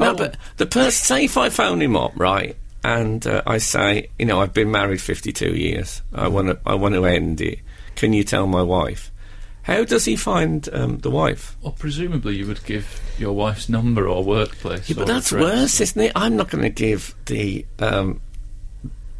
[SPEAKER 3] No,
[SPEAKER 4] Oh.
[SPEAKER 3] but the person. Say if I phone him up, right, and uh, I say, you know, I've been married 52 years. I want to. I want to end it. Can you tell my wife? How does he find um, the wife?
[SPEAKER 4] Or presumably you would give your wife's number or workplace.
[SPEAKER 3] Yeah, but
[SPEAKER 4] or
[SPEAKER 3] that's
[SPEAKER 4] address.
[SPEAKER 3] worse, isn't it? I'm not going to give the um,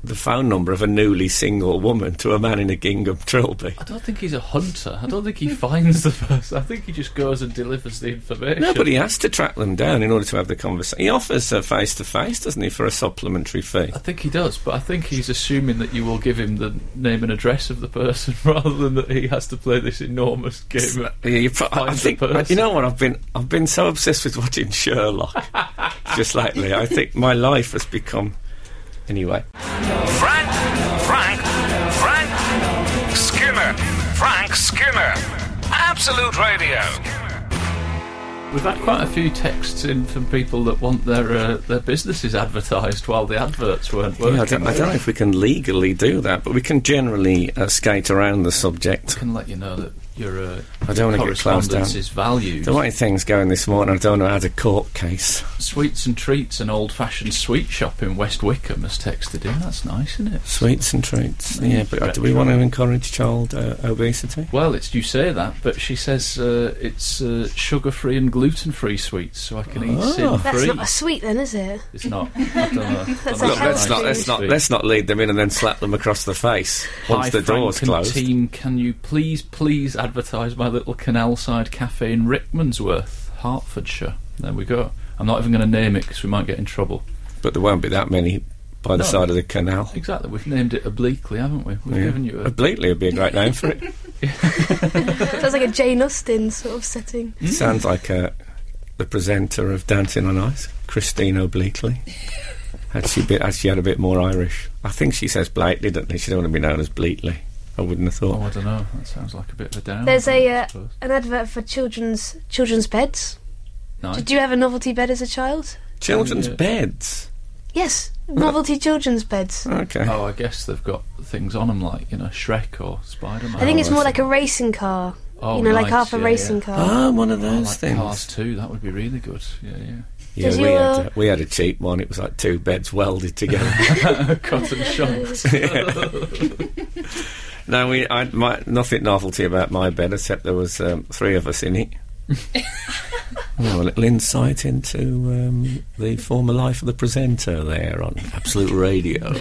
[SPEAKER 3] the phone number of a newly single woman to a man in a gingham trilby.
[SPEAKER 4] I don't think he's a hunter. I don't think he <laughs> finds the person. I think he just goes and delivers the information.
[SPEAKER 3] No, but he has to track them down in order to have the conversation. He offers a face to face, doesn't he, for a supplementary fee?
[SPEAKER 4] I think he does, but I think he's assuming that you will give him the name and address of the person <laughs> rather than that he has to play this enormous game. of-
[SPEAKER 3] Yeah, you pro- I- I
[SPEAKER 4] Finds the
[SPEAKER 3] think you
[SPEAKER 4] person.
[SPEAKER 3] know what I've been. I've been so obsessed with watching
[SPEAKER 4] <laughs>
[SPEAKER 3] Sherlock just lately. I think my life has become. Anyway,
[SPEAKER 2] Frank, Frank, Frank Skinner. Frank Skinner. Absolute Radio.
[SPEAKER 4] We've had quite a few texts in from people that want their uh, their businesses advertised while the adverts weren't working.
[SPEAKER 3] yeah, I, don't, I don't know if we can legally do that, but we can generally uh, skate around the subject.
[SPEAKER 4] can let you know that your uh,
[SPEAKER 3] I don't wanna get closed
[SPEAKER 4] correspondence
[SPEAKER 3] down.
[SPEAKER 4] is valued.
[SPEAKER 3] The way things going this morning, I don't know how to court case.
[SPEAKER 4] Sweets and Treats, an old-fashioned sweet shop in West Wickham, has texted in. That's nice, isn't it?
[SPEAKER 3] Sweets and treats. Yeah, but uh, do we want to encourage child uh, obesity?
[SPEAKER 4] Well, it's you say that, but she says uh, it's uh, sugar-free and gluten-free sweets, so I can eat
[SPEAKER 3] Oh.
[SPEAKER 5] That's
[SPEAKER 4] sin-free.
[SPEAKER 5] not a sweet then, is it?
[SPEAKER 4] it's not. I
[SPEAKER 5] <laughs>
[SPEAKER 4] don't know.
[SPEAKER 5] That's
[SPEAKER 4] I'm
[SPEAKER 5] a
[SPEAKER 3] Look, let's
[SPEAKER 5] healthy
[SPEAKER 3] not
[SPEAKER 5] Healthy
[SPEAKER 3] let's not let's not lead them in and then slap them across the face once
[SPEAKER 4] Hi,
[SPEAKER 3] the door's
[SPEAKER 4] Frank and
[SPEAKER 3] closed.
[SPEAKER 4] Team, can you please, please advertise my little canal side cafe in Rickmansworth, Hertfordshire? There we go. I'm not even going to name it because we might get in trouble.
[SPEAKER 3] But there won't be that many by the
[SPEAKER 4] No.
[SPEAKER 3] side of the canal.
[SPEAKER 4] Exactly. We've named it obliquely, haven't we? We've
[SPEAKER 3] Yeah.
[SPEAKER 4] given you a.
[SPEAKER 3] Obliquely would be a great name for
[SPEAKER 4] <laughs>
[SPEAKER 3] it.
[SPEAKER 5] Sounds like a Jane Austen sort of setting.
[SPEAKER 4] Mm-hmm. Hmm.
[SPEAKER 3] Sounds like uh, the presenter of Dancing on Ice, Christine Obliquely. had she bit, had she had a bit more Irish? I think she says Blakely, doesn't she? She don't want to be known as Bleakley. I wouldn't have
[SPEAKER 4] Oh,
[SPEAKER 3] thought.
[SPEAKER 4] I don't know. That sounds like a bit of a down.
[SPEAKER 5] There's a uh,
[SPEAKER 4] suppose.
[SPEAKER 5] an advert for children's children's beds.
[SPEAKER 4] Nice.
[SPEAKER 5] Did you have a novelty bed as a child?
[SPEAKER 3] Children's
[SPEAKER 4] Yeah.
[SPEAKER 3] beds.
[SPEAKER 5] Yes, novelty children's beds.
[SPEAKER 3] Okay.
[SPEAKER 4] Oh, I guess they've got things on them like you know Shrek or Spider Man.
[SPEAKER 5] I think it's
[SPEAKER 3] I
[SPEAKER 5] more
[SPEAKER 3] see.
[SPEAKER 5] like a racing car.
[SPEAKER 4] Oh,
[SPEAKER 5] you know, like
[SPEAKER 4] nice,
[SPEAKER 5] half a
[SPEAKER 4] yeah,
[SPEAKER 5] racing
[SPEAKER 4] yeah.
[SPEAKER 5] car.
[SPEAKER 4] <gasps>
[SPEAKER 3] Ah, one of those
[SPEAKER 4] like
[SPEAKER 3] things.
[SPEAKER 4] Cars too. That would be really good. Yeah,
[SPEAKER 3] <laughs>
[SPEAKER 4] yeah.
[SPEAKER 3] Yeah,
[SPEAKER 5] Did
[SPEAKER 3] we
[SPEAKER 5] you,
[SPEAKER 3] had,
[SPEAKER 5] uh,
[SPEAKER 3] uh, we had a cheap one. It was like two beds welded together.
[SPEAKER 5] <laughs>
[SPEAKER 4] Cotton shop.
[SPEAKER 3] no, we I, my, nothing novelty about my bed except there was um, three of us in it. Oh, a little insight into um, the former life of the presenter there on Absolute Radio.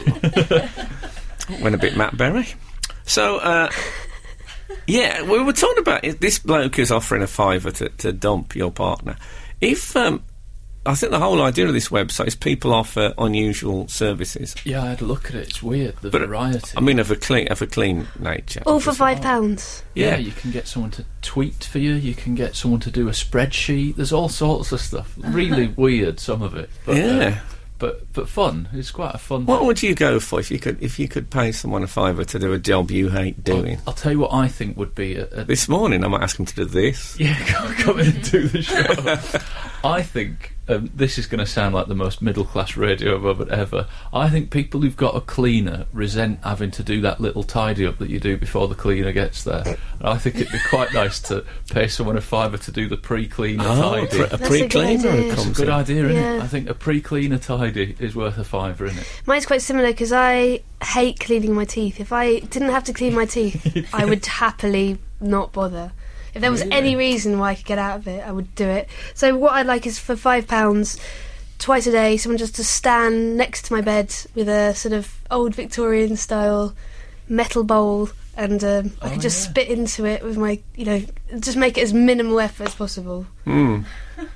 [SPEAKER 3] Went a bit Matt Berry. So, uh, yeah, we were talking about it. this bloke is offering a fiver to, to dump your partner. If um, I think the whole idea of this website is people offer unusual services.
[SPEAKER 4] Yeah, I had a look at it. It's weird. The
[SPEAKER 3] But, uh,
[SPEAKER 4] variety.
[SPEAKER 3] I mean, of a clean, of a clean nature.
[SPEAKER 5] All for
[SPEAKER 3] obviously.
[SPEAKER 5] five pounds.
[SPEAKER 4] Yeah.
[SPEAKER 3] yeah.
[SPEAKER 4] you can get someone to tweet for you. You can get someone to do a spreadsheet. There's all sorts of stuff.
[SPEAKER 5] Uh-huh.
[SPEAKER 4] Really weird, some of it. But, uh,
[SPEAKER 3] Yeah.
[SPEAKER 4] but but fun. It's quite a fun.
[SPEAKER 3] What would you go for if you could if you could pay someone a fiver to do a job you hate doing?
[SPEAKER 4] I'll, I'll tell you what I think would be a, a
[SPEAKER 3] This morning, I might ask them to do this.
[SPEAKER 4] yeah. Come, come in and do the show. <laughs> I think um, this is going to sound like the most middle class radio moment ever. I think people who've got a cleaner resent having to do that little tidy up that you do before the cleaner gets there. And I think it'd be quite nice to pay someone a fiver to do the pre cleaner
[SPEAKER 3] Oh,
[SPEAKER 4] tidy.
[SPEAKER 3] pre- a
[SPEAKER 5] good
[SPEAKER 3] pre-cleaner
[SPEAKER 5] idea.
[SPEAKER 3] comes
[SPEAKER 4] Good
[SPEAKER 3] in.
[SPEAKER 4] idea, isn't it?
[SPEAKER 5] Yeah.
[SPEAKER 4] I think a pre cleaner tidy is worth a fiver, isn't it?
[SPEAKER 5] Mine's quite similar because I hate cleaning my teeth. If I didn't have to clean my
[SPEAKER 4] <laughs>
[SPEAKER 5] teeth, I would happily not bother. If there was any reason why I could get out of it, I would do it. So what I'd like is for five pounds twice a day, someone just to stand next to my bed with a sort of old Victorian style metal bowl, and um, I
[SPEAKER 4] Oh,
[SPEAKER 5] could just
[SPEAKER 4] yeah.
[SPEAKER 5] spit into it with my, you know, just make it as minimal effort as possible.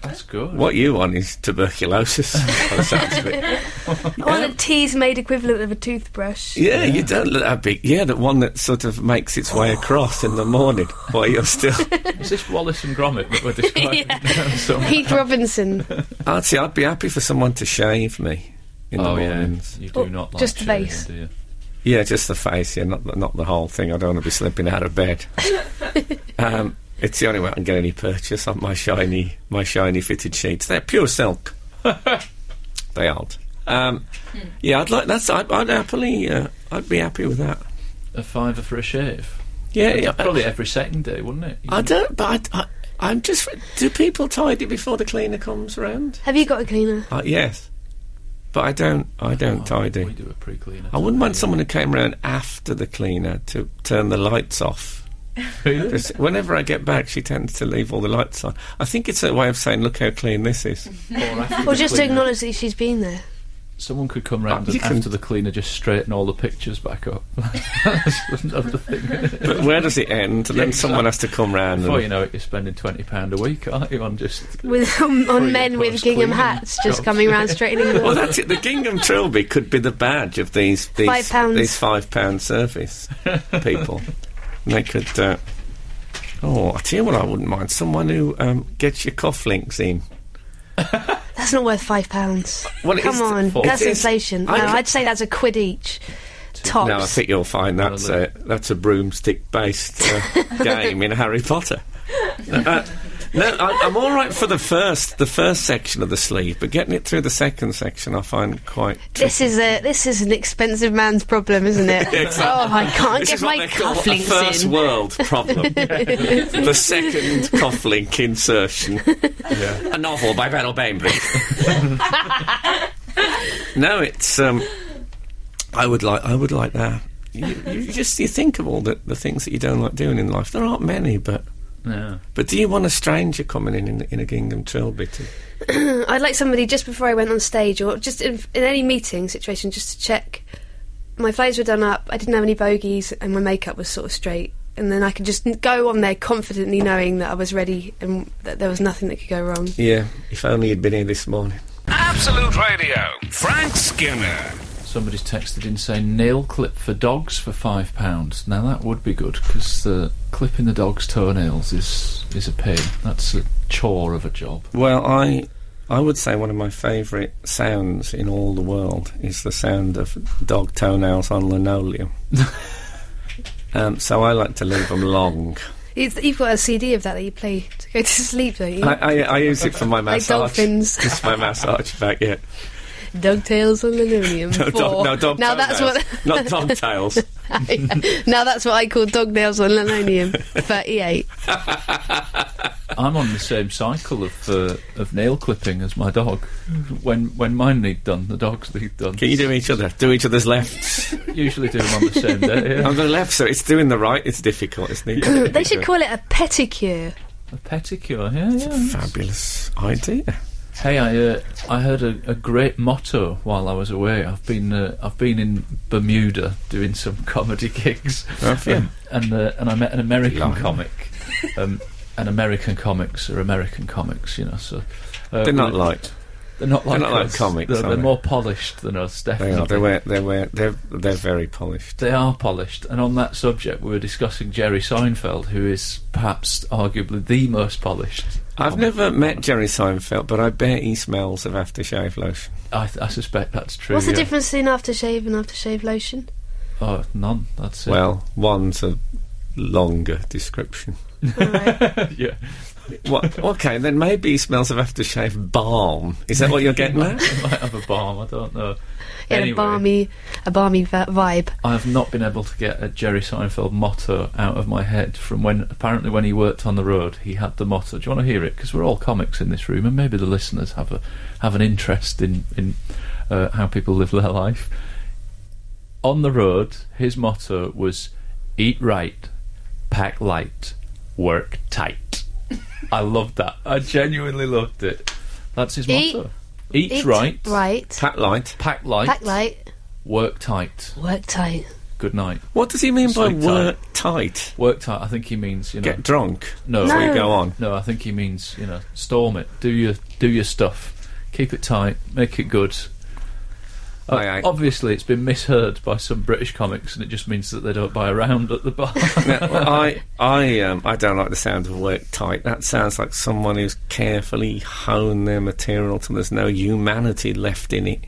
[SPEAKER 4] That's good.
[SPEAKER 3] What you want is <laughs> tuberculosis. by the sounds of it.
[SPEAKER 5] I want a tease made equivalent of a
[SPEAKER 4] <laughs>
[SPEAKER 5] toothbrush.
[SPEAKER 3] Yeah, you don't look that big. Yeah, the one that sort of makes its way across in the morning while you're
[SPEAKER 5] <laughs>
[SPEAKER 3] still.
[SPEAKER 4] Is this Wallace and Gromit that we're describing? <laughs> Some-
[SPEAKER 5] Pete Robinson.
[SPEAKER 3] I'd say I'd be happy for someone to shave me in
[SPEAKER 4] Oh,
[SPEAKER 3] the
[SPEAKER 4] yeah.
[SPEAKER 3] mornings.
[SPEAKER 4] You do
[SPEAKER 5] Oh,
[SPEAKER 4] not like
[SPEAKER 5] just the
[SPEAKER 4] shaving,
[SPEAKER 5] base.
[SPEAKER 4] do you?
[SPEAKER 3] Yeah. just the face. Yeah, not the, not the whole thing. I don't want to be slipping out of bed. um, it's the only way I can get any purchase on my shiny my shiny fitted sheets. They're pure silk. <laughs> they aren't. Um, yeah, I'd like that's. I'd, I'd happily. Uh, I'd be happy with that.
[SPEAKER 4] A fiver for a shave.
[SPEAKER 3] Yeah, yeah.
[SPEAKER 4] Probably every second day, wouldn't it? You
[SPEAKER 3] I don't, but I, I, am just. Do people tidy before the cleaner comes round?
[SPEAKER 5] Have you got a cleaner?
[SPEAKER 3] Uh, yes, but I don't. I don't
[SPEAKER 4] Oh, We
[SPEAKER 3] tidy.
[SPEAKER 4] do a pre-cleaner.
[SPEAKER 3] I wouldn't mind someone who came round after the cleaner to turn the lights off. <laughs>
[SPEAKER 4] Really?
[SPEAKER 3] 'Cause whenever I get back, she tends to leave all the lights on. I think it's a way of saying, "Look how clean this is."
[SPEAKER 5] Or just to acknowledge that she's been there.
[SPEAKER 4] Someone could come round
[SPEAKER 3] Uh, you
[SPEAKER 4] and
[SPEAKER 3] can-
[SPEAKER 4] after the cleaner just straighten all the pictures back up. <laughs> That's another thing.
[SPEAKER 3] But where does it end? And then someone has to come round.
[SPEAKER 4] Before
[SPEAKER 3] And,
[SPEAKER 4] you know it, you're spending twenty pound a week, aren't you? On just
[SPEAKER 5] With <laughs> on,
[SPEAKER 4] Free
[SPEAKER 5] on men with
[SPEAKER 4] post
[SPEAKER 5] gingham
[SPEAKER 4] cleaning
[SPEAKER 5] hats just
[SPEAKER 3] Oh.
[SPEAKER 4] jobs.
[SPEAKER 5] coming round straightening them.
[SPEAKER 3] well, that's it. The gingham trilby could be the badge of these these
[SPEAKER 5] Five pounds.
[SPEAKER 3] these five pound service people. and they could. Uh, oh, I tell you what, I wouldn't mind someone who um, gets your cufflinks in.
[SPEAKER 5] That's not worth five pounds.
[SPEAKER 3] Well, it
[SPEAKER 5] Come
[SPEAKER 3] is-
[SPEAKER 5] on,
[SPEAKER 3] it
[SPEAKER 5] that's
[SPEAKER 3] is-
[SPEAKER 5] inflation.
[SPEAKER 3] I-
[SPEAKER 5] no, I'd say that's a quid each. Tops.
[SPEAKER 3] No, I think you'll find that's a that's a broomstick based
[SPEAKER 5] <laughs>
[SPEAKER 3] uh, game in Harry Potter. Uh, no, I, I'm all right for the first the first section of the sleeve, but getting it through the second section, I find quite.
[SPEAKER 5] this is a this is an expensive man's problem,
[SPEAKER 3] <laughs>
[SPEAKER 5] isn't it? Oh, I can't
[SPEAKER 3] This
[SPEAKER 5] get
[SPEAKER 3] is what
[SPEAKER 5] my
[SPEAKER 3] they call a
[SPEAKER 5] cufflinks
[SPEAKER 3] first
[SPEAKER 5] in.
[SPEAKER 3] world
[SPEAKER 5] <laughs>
[SPEAKER 3] problem. the second cufflink insertion. <laughs> A novel by Battle Bainbridge. no, it's. Um, I would like. I would like that. You, you just you think of all the, the things that you don't like doing in life. There aren't many, but
[SPEAKER 4] no.
[SPEAKER 3] but do you want a stranger coming in in, in a gingham trilby? To,
[SPEAKER 5] I'd like somebody just before I went on stage, or just in, in any meeting situation, just to check. My flights were done up. I didn't have any bogeys, and my makeup was sort of straight. And then I could just go on there confidently, knowing that I was ready and that there was nothing that could go wrong.
[SPEAKER 3] yeah, if only you'd been here this morning.
[SPEAKER 2] Absolute Radio. Frank Skinner.
[SPEAKER 4] Somebody's texted in saying nail clip for dogs for five pounds. Now that would be good because uh, clipping the dog's toenails is is a pain. That's a chore of a job.
[SPEAKER 3] Well, I I would say one of my favourite sounds in all the world is the sound of dog toenails on linoleum. um, so I like to leave them long.
[SPEAKER 5] It's, you've got a CD of that that you play to go <laughs> to sleep, don't you?
[SPEAKER 3] I, I, I use it for my
[SPEAKER 5] like
[SPEAKER 3] massage.
[SPEAKER 5] dolphins,
[SPEAKER 3] <laughs> It's my massage back,
[SPEAKER 5] <laughs>
[SPEAKER 3] yeah.
[SPEAKER 5] dogtails on linoleum.
[SPEAKER 3] No,
[SPEAKER 5] four.
[SPEAKER 3] dog, no dog
[SPEAKER 5] now
[SPEAKER 3] toenails.
[SPEAKER 5] that's
[SPEAKER 3] <laughs>
[SPEAKER 5] what
[SPEAKER 3] Not dog tails.
[SPEAKER 5] now that's what <laughs> I call dog nails on linoleum. Thirty-eight.
[SPEAKER 4] I'm on the same cycle of uh, of nail clipping as my dog. When when mine need done, the dogs need done.
[SPEAKER 3] Can you do each other? Do each other's lefts.
[SPEAKER 4] Usually do them on the same day. Yeah.
[SPEAKER 3] I'm the left, so it's doing the right. It's difficult, isn't it?
[SPEAKER 5] <laughs> They should call it a pedicure.
[SPEAKER 4] A pedicure. Yeah, yeah.
[SPEAKER 3] Fabulous idea.
[SPEAKER 4] Hey, I uh, I heard a, a great motto while I was away. I've been uh, I've been in Bermuda doing some comedy gigs,
[SPEAKER 3] Have you?
[SPEAKER 4] and uh, and I met an American
[SPEAKER 3] Blimey.
[SPEAKER 4] comic. Um, and American comics are American comics, you know. So uh,
[SPEAKER 3] They're not
[SPEAKER 4] we-
[SPEAKER 3] liked.
[SPEAKER 4] they're not like
[SPEAKER 3] not like
[SPEAKER 4] us.
[SPEAKER 3] comics,
[SPEAKER 4] They're,
[SPEAKER 3] are
[SPEAKER 4] they're
[SPEAKER 3] they?
[SPEAKER 4] more polished than us,
[SPEAKER 3] They
[SPEAKER 4] definitely.
[SPEAKER 3] are. They wear, they wear, they're, they're very polished.
[SPEAKER 4] They are polished, and on that subject, we were discussing Jerry Seinfeld, who is perhaps arguably the most polished.
[SPEAKER 3] I've never met Jerry Seinfeld, but I bet he smells of aftershave lotion.
[SPEAKER 4] I, I suspect that's true.
[SPEAKER 5] What's the
[SPEAKER 4] yeah.
[SPEAKER 5] difference between aftershave and aftershave lotion?
[SPEAKER 4] Oh, none. That's it.
[SPEAKER 3] Well, one's a longer description.
[SPEAKER 5] All right.
[SPEAKER 4] <laughs> yeah.
[SPEAKER 3] What? <laughs> Okay, then maybe he smells of aftershave balm. Is that what you're getting at?
[SPEAKER 4] It might have a balm. I don't know.
[SPEAKER 5] Yeah,
[SPEAKER 4] Anyway,
[SPEAKER 5] a balmy, a balmy vi- vibe.
[SPEAKER 4] I have not been able to get a Jerry Seinfeld motto out of my head from when apparently when he worked on the road he had the motto. Do you want to hear it? Because we're all comics in this room, and maybe the listeners have a have an interest in in uh, how people live their life. On the road, his motto was "Eat right, pack light, work tight." I loved that. I genuinely loved it. That's his
[SPEAKER 5] Eat-
[SPEAKER 4] motto. Eat,
[SPEAKER 5] Eat
[SPEAKER 4] right,
[SPEAKER 5] right.
[SPEAKER 3] Tat light.
[SPEAKER 4] pack light,
[SPEAKER 5] Pack light,
[SPEAKER 4] work tight.
[SPEAKER 5] work tight.
[SPEAKER 4] Good night.
[SPEAKER 3] What does he mean by
[SPEAKER 4] Sleep tight.
[SPEAKER 3] work tight?
[SPEAKER 4] Work tight. I think he means you know.
[SPEAKER 3] Get drunk
[SPEAKER 4] No,
[SPEAKER 3] before you
[SPEAKER 5] No.
[SPEAKER 3] go on.
[SPEAKER 4] no, I think he means you know, storm it, do your do your stuff, keep it tight, make it good. Uh,
[SPEAKER 3] Aye, aye.
[SPEAKER 4] Obviously, it's been misheard by some British comics, and it just means that they don't buy a round at
[SPEAKER 3] <laughs>
[SPEAKER 4] the bar.
[SPEAKER 3] Now, I I um, I don't like the sound of work tight. That sounds like someone who's carefully honed their material till there's no humanity left in it.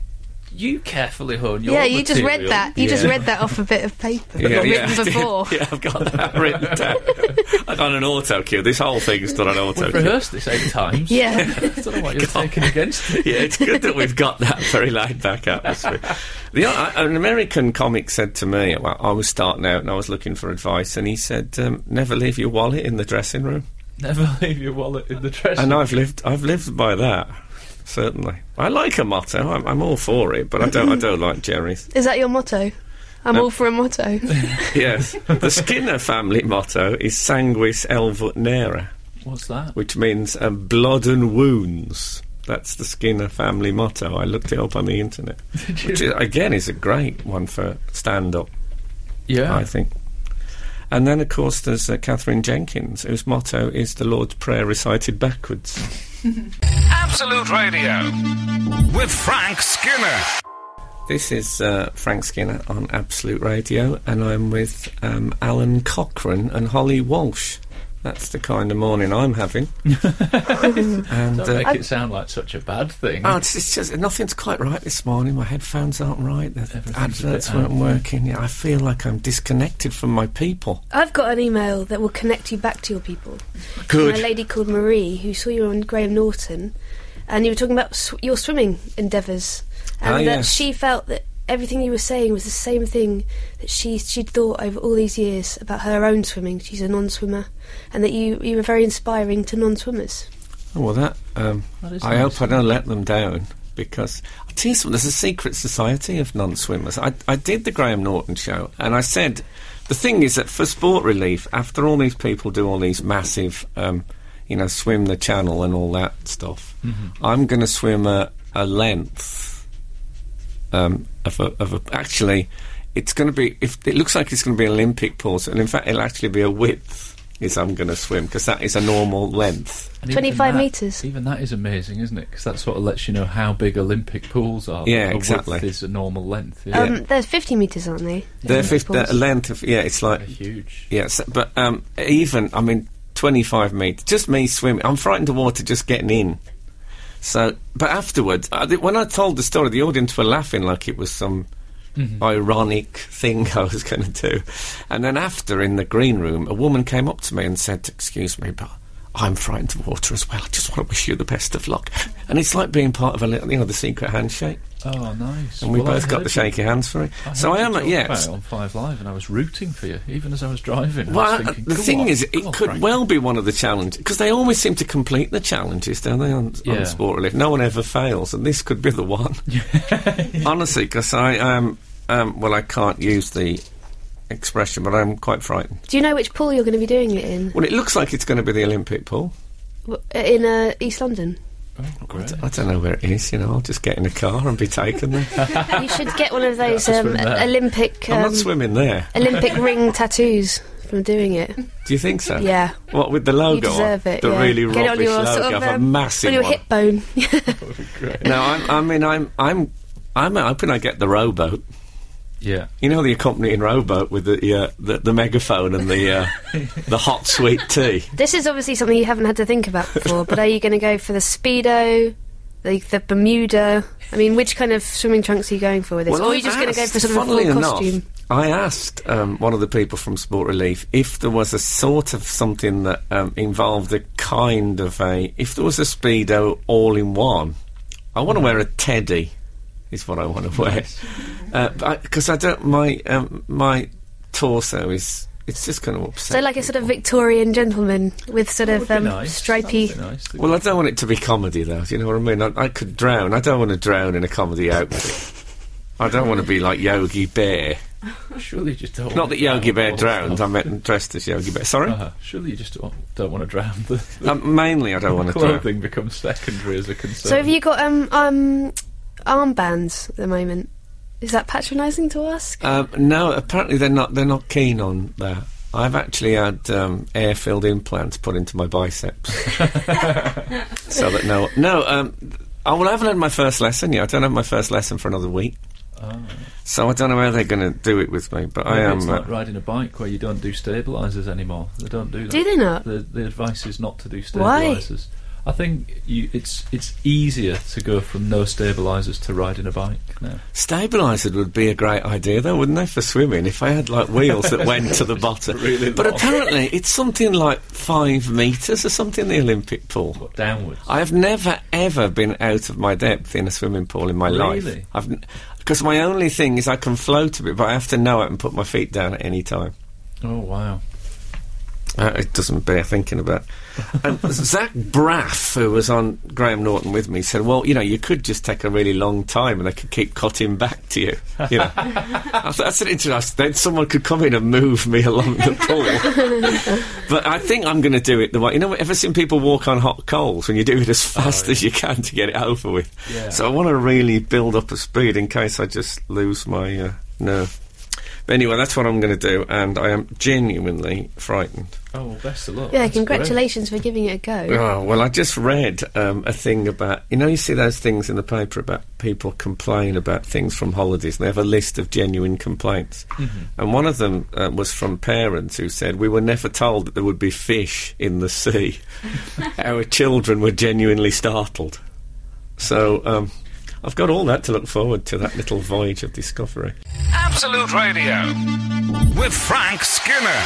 [SPEAKER 4] you carefully hone your.
[SPEAKER 5] Yeah, you just read
[SPEAKER 4] material.
[SPEAKER 5] that. You just
[SPEAKER 3] Yeah.
[SPEAKER 5] read that off a bit of paper that
[SPEAKER 3] Yeah,
[SPEAKER 5] got
[SPEAKER 3] yeah, <laughs> I
[SPEAKER 5] written
[SPEAKER 3] did.
[SPEAKER 4] <laughs>
[SPEAKER 5] before.
[SPEAKER 3] Yeah, I've got that written down. I've got an auto cue. This whole thing's done on auto
[SPEAKER 4] We've
[SPEAKER 3] cue.
[SPEAKER 4] rehearsed this eight times.
[SPEAKER 5] Yeah.
[SPEAKER 4] <laughs> I don't know what you're taking against
[SPEAKER 3] <laughs>
[SPEAKER 4] it.
[SPEAKER 3] Yeah, it's good that we've got that very laid back atmosphere. The, o- an American comic said to me, well, I was starting out and I was looking for advice, and he said, um, "Never leave your wallet in the dressing room."
[SPEAKER 4] Never leave your wallet in the dressing.
[SPEAKER 3] And I've lived, I've lived by that. Certainly, I like a motto. I'm, I'm all for it, but I don't. I don't like Jerry's.
[SPEAKER 5] Is that your motto? I'm
[SPEAKER 4] Um,
[SPEAKER 5] all for a motto.
[SPEAKER 3] Yes, the Skinner family motto is "Sanguis elvut nera,"
[SPEAKER 4] What's that?
[SPEAKER 3] which means um, "blood and wounds." That's the Skinner family motto. I looked it up on the internet, which is, again is a great one for stand-up.
[SPEAKER 4] Yeah.
[SPEAKER 3] I think. And then, of course, there's uh, Catherine Jenkins, whose motto is the Lord's Prayer recited backwards.
[SPEAKER 2] Absolute Radio with Frank Skinner.
[SPEAKER 3] This is uh, Frank Skinner on Absolute Radio, and I'm with um, Alan Cochrane and Holly Walsh. That's the kind of morning I'm having. and
[SPEAKER 4] Don't make
[SPEAKER 3] uh,
[SPEAKER 4] it sound like such a bad thing.
[SPEAKER 3] oh, it's, it's just nothing's quite right this morning. My headphones aren't right. The
[SPEAKER 4] Everything's a
[SPEAKER 3] adverts
[SPEAKER 4] bit
[SPEAKER 3] weren't
[SPEAKER 4] out.
[SPEAKER 3] working. Yeah, I feel like I'm disconnected from my people.
[SPEAKER 5] I've got an email that will connect you back to your people.
[SPEAKER 3] Good.
[SPEAKER 5] A lady called Marie who saw you on Graham Norton, and you were talking about sw- your swimming endeavours, and
[SPEAKER 3] Ah,
[SPEAKER 5] that
[SPEAKER 3] yes.
[SPEAKER 5] she felt that everything you were saying was the same thing that she she'd thought over all these years about her own swimming. She's a non-swimmer, and that you you were very inspiring to non-swimmers.
[SPEAKER 3] Oh, well, that. Um,
[SPEAKER 4] That is
[SPEAKER 3] I
[SPEAKER 4] nice.
[SPEAKER 3] hope I don't let them down because I tell you something. There's a secret society of non-swimmers. I, I did the Graham Norton show, and I said the thing is that for sport relief, after all these people do all these massive, um, you know, swim the channel and all that stuff,
[SPEAKER 4] Mm-hmm.
[SPEAKER 3] I'm going to swim a, a length um, of a, of a actually. It's going to be. If it looks like it's going to be Olympic pause, and in fact, it'll actually be a width. Is I'm going to swim because that is a normal length.
[SPEAKER 4] And even
[SPEAKER 5] 25
[SPEAKER 4] that-
[SPEAKER 5] metres.
[SPEAKER 4] Even that is amazing, isn't it? Because that sort of lets you know how big Olympic pools are.
[SPEAKER 3] Yeah,
[SPEAKER 4] A width
[SPEAKER 3] exactly.
[SPEAKER 4] is a normal length. Yeah.
[SPEAKER 5] Um, they're 50 metres, aren't they?
[SPEAKER 3] They're fif-
[SPEAKER 5] Pools.
[SPEAKER 3] the length of yeah, it's like
[SPEAKER 4] They're huge.
[SPEAKER 3] yes, but um, even I mean twenty five meters. Just me swimming. I'm frightened of water just getting in. So, but afterwards, I, thi- when I told the story, the audience were laughing like it was some
[SPEAKER 4] Mm-hmm.
[SPEAKER 3] ironic thing <laughs> I was going to do. And then after, in the green room, a woman came up to me and said, "Excuse me, but." I'm frightened of water as well. I just want to wish you the best of luck. And it's like being part of a little, you know, the secret handshake.
[SPEAKER 4] Oh, nice.
[SPEAKER 3] And we
[SPEAKER 4] Well, I
[SPEAKER 3] both got
[SPEAKER 4] heard
[SPEAKER 3] the
[SPEAKER 4] you-
[SPEAKER 3] shaky hands for it.
[SPEAKER 4] I
[SPEAKER 3] so
[SPEAKER 4] heard
[SPEAKER 3] I
[SPEAKER 4] you
[SPEAKER 3] am,
[SPEAKER 4] talk
[SPEAKER 3] yes.
[SPEAKER 4] about it on Five Live, and I was rooting for you, even as I was driving. I
[SPEAKER 3] Well, uh,
[SPEAKER 4] was thinking,
[SPEAKER 3] the
[SPEAKER 4] "Go
[SPEAKER 3] thing
[SPEAKER 4] on,
[SPEAKER 3] is,
[SPEAKER 4] go
[SPEAKER 3] it
[SPEAKER 4] on,
[SPEAKER 3] could
[SPEAKER 4] Frank."
[SPEAKER 3] well be one of the challenges because they always seem to complete the challenges, don't they? On,
[SPEAKER 4] Yeah.
[SPEAKER 3] on Sport Relief, no one ever fails, and this could be the
[SPEAKER 4] <laughs>
[SPEAKER 3] one. Honestly, because I um, um, well, I can't use the expression, but I'm quite frightened.
[SPEAKER 5] Do you know which pool you're going to be doing it in?
[SPEAKER 3] Well, it looks like it's going to be the Olympic pool.
[SPEAKER 5] W- In uh,
[SPEAKER 3] <laughs>
[SPEAKER 5] East London.
[SPEAKER 4] Oh, great.
[SPEAKER 3] I don't know where it is. You know, I'll just get in a car and be taken
[SPEAKER 4] <laughs>
[SPEAKER 3] there.
[SPEAKER 5] you should get one of those
[SPEAKER 4] Yeah,
[SPEAKER 5] um,
[SPEAKER 4] swim there.
[SPEAKER 5] Olympic
[SPEAKER 3] I'm
[SPEAKER 5] um,
[SPEAKER 3] not swimming there. <laughs>
[SPEAKER 5] Olympic ring tattoos from doing it.
[SPEAKER 3] Do you think so?
[SPEAKER 5] Yeah.
[SPEAKER 3] What with the logo?
[SPEAKER 5] You deserve
[SPEAKER 3] Oh, on?
[SPEAKER 5] it.
[SPEAKER 3] The
[SPEAKER 5] yeah.
[SPEAKER 3] really
[SPEAKER 5] Get it on
[SPEAKER 3] rubbish
[SPEAKER 5] your
[SPEAKER 3] logo
[SPEAKER 5] sort of,
[SPEAKER 3] a
[SPEAKER 5] um,
[SPEAKER 3] massive
[SPEAKER 5] on your
[SPEAKER 3] one. <laughs>
[SPEAKER 5] hip bone.
[SPEAKER 3] No, I'm, I mean, I'm, I'm, I'm hoping I get the rowboat.
[SPEAKER 4] Yeah.
[SPEAKER 3] You know the accompanying rowboat with the uh, the, the megaphone and the uh, the hot sweet
[SPEAKER 5] <laughs>
[SPEAKER 3] tea.
[SPEAKER 5] this is obviously something you haven't had to think about before. but are you going to go for the speedo, the, the Bermuda? I mean, which kind of swimming trunks are you going for with this? or are you
[SPEAKER 3] I've
[SPEAKER 5] just going to go
[SPEAKER 3] asked,
[SPEAKER 5] for sort of a
[SPEAKER 3] funnily
[SPEAKER 5] full
[SPEAKER 3] enough,
[SPEAKER 5] costume?
[SPEAKER 3] I asked um, one of the people from Sport Relief if there was a sort of something that um, involved a kind of a. If there was a Speedo all in one, I want to wear a teddy, is what I want to wear. Because I, don't. My, um, my torso is. It's just going to upset.
[SPEAKER 5] So like a sort of Victorian gentleman with sort
[SPEAKER 4] That
[SPEAKER 5] of
[SPEAKER 4] would
[SPEAKER 5] um,
[SPEAKER 4] be nice.
[SPEAKER 5] stripy.
[SPEAKER 4] That would be nice.
[SPEAKER 3] Well, I don't want it to be comedy, though. Do you know what I mean? I, I could drown. I don't want to drown in a comedy outfit. I don't want to be like Yogi Bear.
[SPEAKER 4] surely you just don't.
[SPEAKER 3] Not
[SPEAKER 4] want
[SPEAKER 3] that
[SPEAKER 4] to drown
[SPEAKER 3] Yogi Bear
[SPEAKER 4] all
[SPEAKER 3] drowned. I
[SPEAKER 4] stuff.
[SPEAKER 3] meant dressed as Yogi Bear. Sorry.
[SPEAKER 4] Uh-huh. Surely you just don't, don't want to drown. <laughs> The, the
[SPEAKER 3] Um, mainly, I don't want to drown.
[SPEAKER 4] clothing becomes secondary as a concern.
[SPEAKER 5] So have you got um um armbands at the moment? Is that patronising to ask?
[SPEAKER 3] Um, no, apparently they're not. They're not keen on that. I've actually had um, air-filled implants put into my
[SPEAKER 4] <laughs>
[SPEAKER 3] biceps, so that no, no. Um, I will haven't had my first lesson yet. I don't have my first lesson for another week, so I don't know how they're going to do it with me. But I
[SPEAKER 4] Oh. Maybe
[SPEAKER 3] am.
[SPEAKER 4] It's
[SPEAKER 3] uh,
[SPEAKER 4] like riding a bike where you don't do stabilizers anymore. They don't do that.
[SPEAKER 5] Do they not?
[SPEAKER 4] The, the advice is not to do
[SPEAKER 5] Why?
[SPEAKER 4] stabilizers. I think you, it's it's easier to go from no stabilizers to riding a bike now.
[SPEAKER 3] Stabilizer would be a great idea, though, wouldn't they, for swimming? If I had like wheels that went
[SPEAKER 4] <laughs>
[SPEAKER 3] to the bottom.
[SPEAKER 4] Really
[SPEAKER 3] but
[SPEAKER 4] long.
[SPEAKER 3] apparently, it's something like five meters or something. The Olympic pool.
[SPEAKER 4] What downwards?
[SPEAKER 3] I have never ever been out of my depth in a swimming pool in my
[SPEAKER 4] Really?
[SPEAKER 3] life. Because my only thing is I can float a bit, but I have to know it and put my feet down at any time.
[SPEAKER 4] oh wow!
[SPEAKER 3] Uh, it doesn't bear thinking about. And Zach Braff, who was on Graham Norton with me, said, "Well, you know, you could just take a really long time, and they could keep cutting back to you." You know, I thought, that's an interesting. Then someone could come in and move me along the pool. but I think I'm going to do it the way you know. Ever seen people walk on hot coals when you do it as fast as you can to get it over with?
[SPEAKER 4] Yeah.
[SPEAKER 3] So I want to really build up a speed in case I just lose my uh, nerve. But anyway, that's what I'm going to do, and I am genuinely frightened.
[SPEAKER 4] Oh, well, best of luck.
[SPEAKER 5] yeah,
[SPEAKER 4] That's great.
[SPEAKER 5] congratulations for giving it a go.
[SPEAKER 3] Oh, well, I just read um, a thing about you know you see those things in the paper about people complain about things from holidays. and They have a list of genuine complaints, and one of them uh, was from parents who said we were never told that there would be fish in the sea. Our children were genuinely startled. So um, I've got all that to look forward to that little voyage of discovery.
[SPEAKER 2] Absolute Radio with Frank Skinner.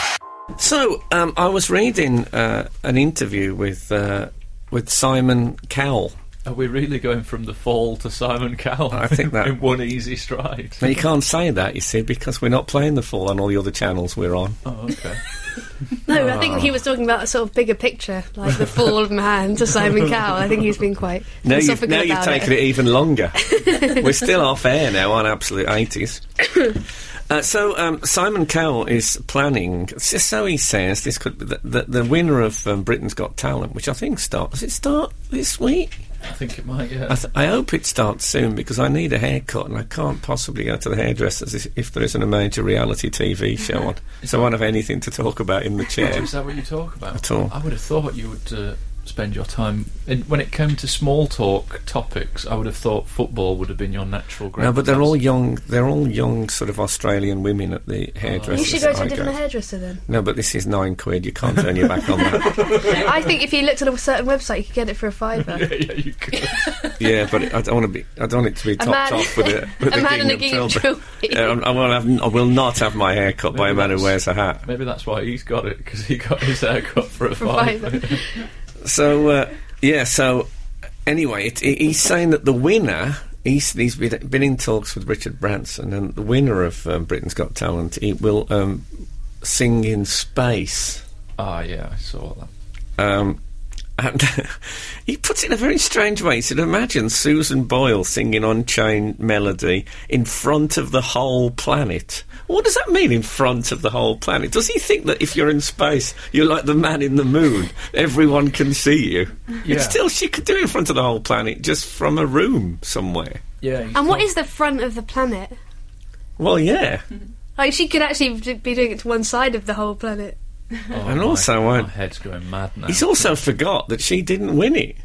[SPEAKER 3] So um, I was reading uh, an interview with uh, with Simon Cowell.
[SPEAKER 4] Are we really going from the fall to Simon Cowell?
[SPEAKER 3] I think that-
[SPEAKER 4] <laughs> in one easy stride.
[SPEAKER 3] Now you can't say that, you see, because we're not playing the full on all the other channels we're on.
[SPEAKER 4] Oh, okay.
[SPEAKER 5] No, I think he was talking about a sort of bigger picture, like the fall of man to Simon Cowell. I think he's been quite
[SPEAKER 3] Now you've,
[SPEAKER 5] philosophical
[SPEAKER 3] now you've
[SPEAKER 5] about
[SPEAKER 3] taken it. even longer. we're still off air now on Absolute 80s. Uh, so um, Simon Cowell is planning. s- So he says this could the, the, the winner of um, Britain's Got Talent, which I think starts. Does it start this week?
[SPEAKER 4] I think it might.
[SPEAKER 3] I,
[SPEAKER 4] Yeah.
[SPEAKER 3] th- I hope it starts soon because I need a haircut and I can't possibly go to the hairdressers if, if there isn't a major reality TV show on. So I won't have anything to talk about in the chair.
[SPEAKER 4] Is that what you talk about?
[SPEAKER 3] At all.
[SPEAKER 4] I would have thought you would uh, spend your time. In, when it came to small talk topics, I would have thought football would have been your natural ground.
[SPEAKER 3] No, but they're all young. They're all young, sort of Australian women at the hairdressers.
[SPEAKER 5] Oh, You should go
[SPEAKER 3] that
[SPEAKER 5] to
[SPEAKER 3] I
[SPEAKER 5] a different
[SPEAKER 3] go
[SPEAKER 5] hairdresser then.
[SPEAKER 3] No, but this is nine quid. You can't turn your back on that.
[SPEAKER 5] <laughs> I think if you looked at a certain website, you could get it for a
[SPEAKER 3] <laughs>
[SPEAKER 5] fiver.
[SPEAKER 4] yeah, <laughs> yeah, you could.
[SPEAKER 3] Yeah, but I don't want to be. I don't want it to be
[SPEAKER 5] A
[SPEAKER 3] topped
[SPEAKER 5] man,
[SPEAKER 3] off with
[SPEAKER 5] <laughs>
[SPEAKER 3] a, with
[SPEAKER 5] a man and a
[SPEAKER 3] gingham
[SPEAKER 5] king of
[SPEAKER 3] filbert. Yeah, I'm- I will have. I will not have my hair cut by a
[SPEAKER 4] Maybe
[SPEAKER 3] man who
[SPEAKER 4] that's-
[SPEAKER 3] wears a hat.
[SPEAKER 4] Maybe that's why he's got it because he got his haircut for a
[SPEAKER 5] For
[SPEAKER 4] five.
[SPEAKER 5] fiver.
[SPEAKER 3] So uh, yeah. So anyway, it, it, he's saying that the winner. He's, he's been, been in talks with Richard Branson, and the winner of um, Britain's Got Talent, he will um, sing in space.
[SPEAKER 4] <laughs> Ah, yeah, I saw that.
[SPEAKER 3] Um, and <laughs> he puts it in a very strange way. He said, Imagine Susan Boyle singing Unchained Melody in front of the whole planet. What does that mean, in front of the whole planet? Does he think that if you're in space, you're like the man in the moon? Everyone can see you.
[SPEAKER 4] Yeah.
[SPEAKER 3] It's still, she could do it in front of the whole planet just from a room somewhere.
[SPEAKER 4] Yeah.
[SPEAKER 5] And what is the front of the planet?
[SPEAKER 3] Well, yeah.
[SPEAKER 5] Like she could actually d- be doing it to one side of the whole planet.
[SPEAKER 3] and also,
[SPEAKER 4] oh, my,
[SPEAKER 3] uh,
[SPEAKER 4] my head's going mad now.
[SPEAKER 3] He's also forgot that she didn't win it.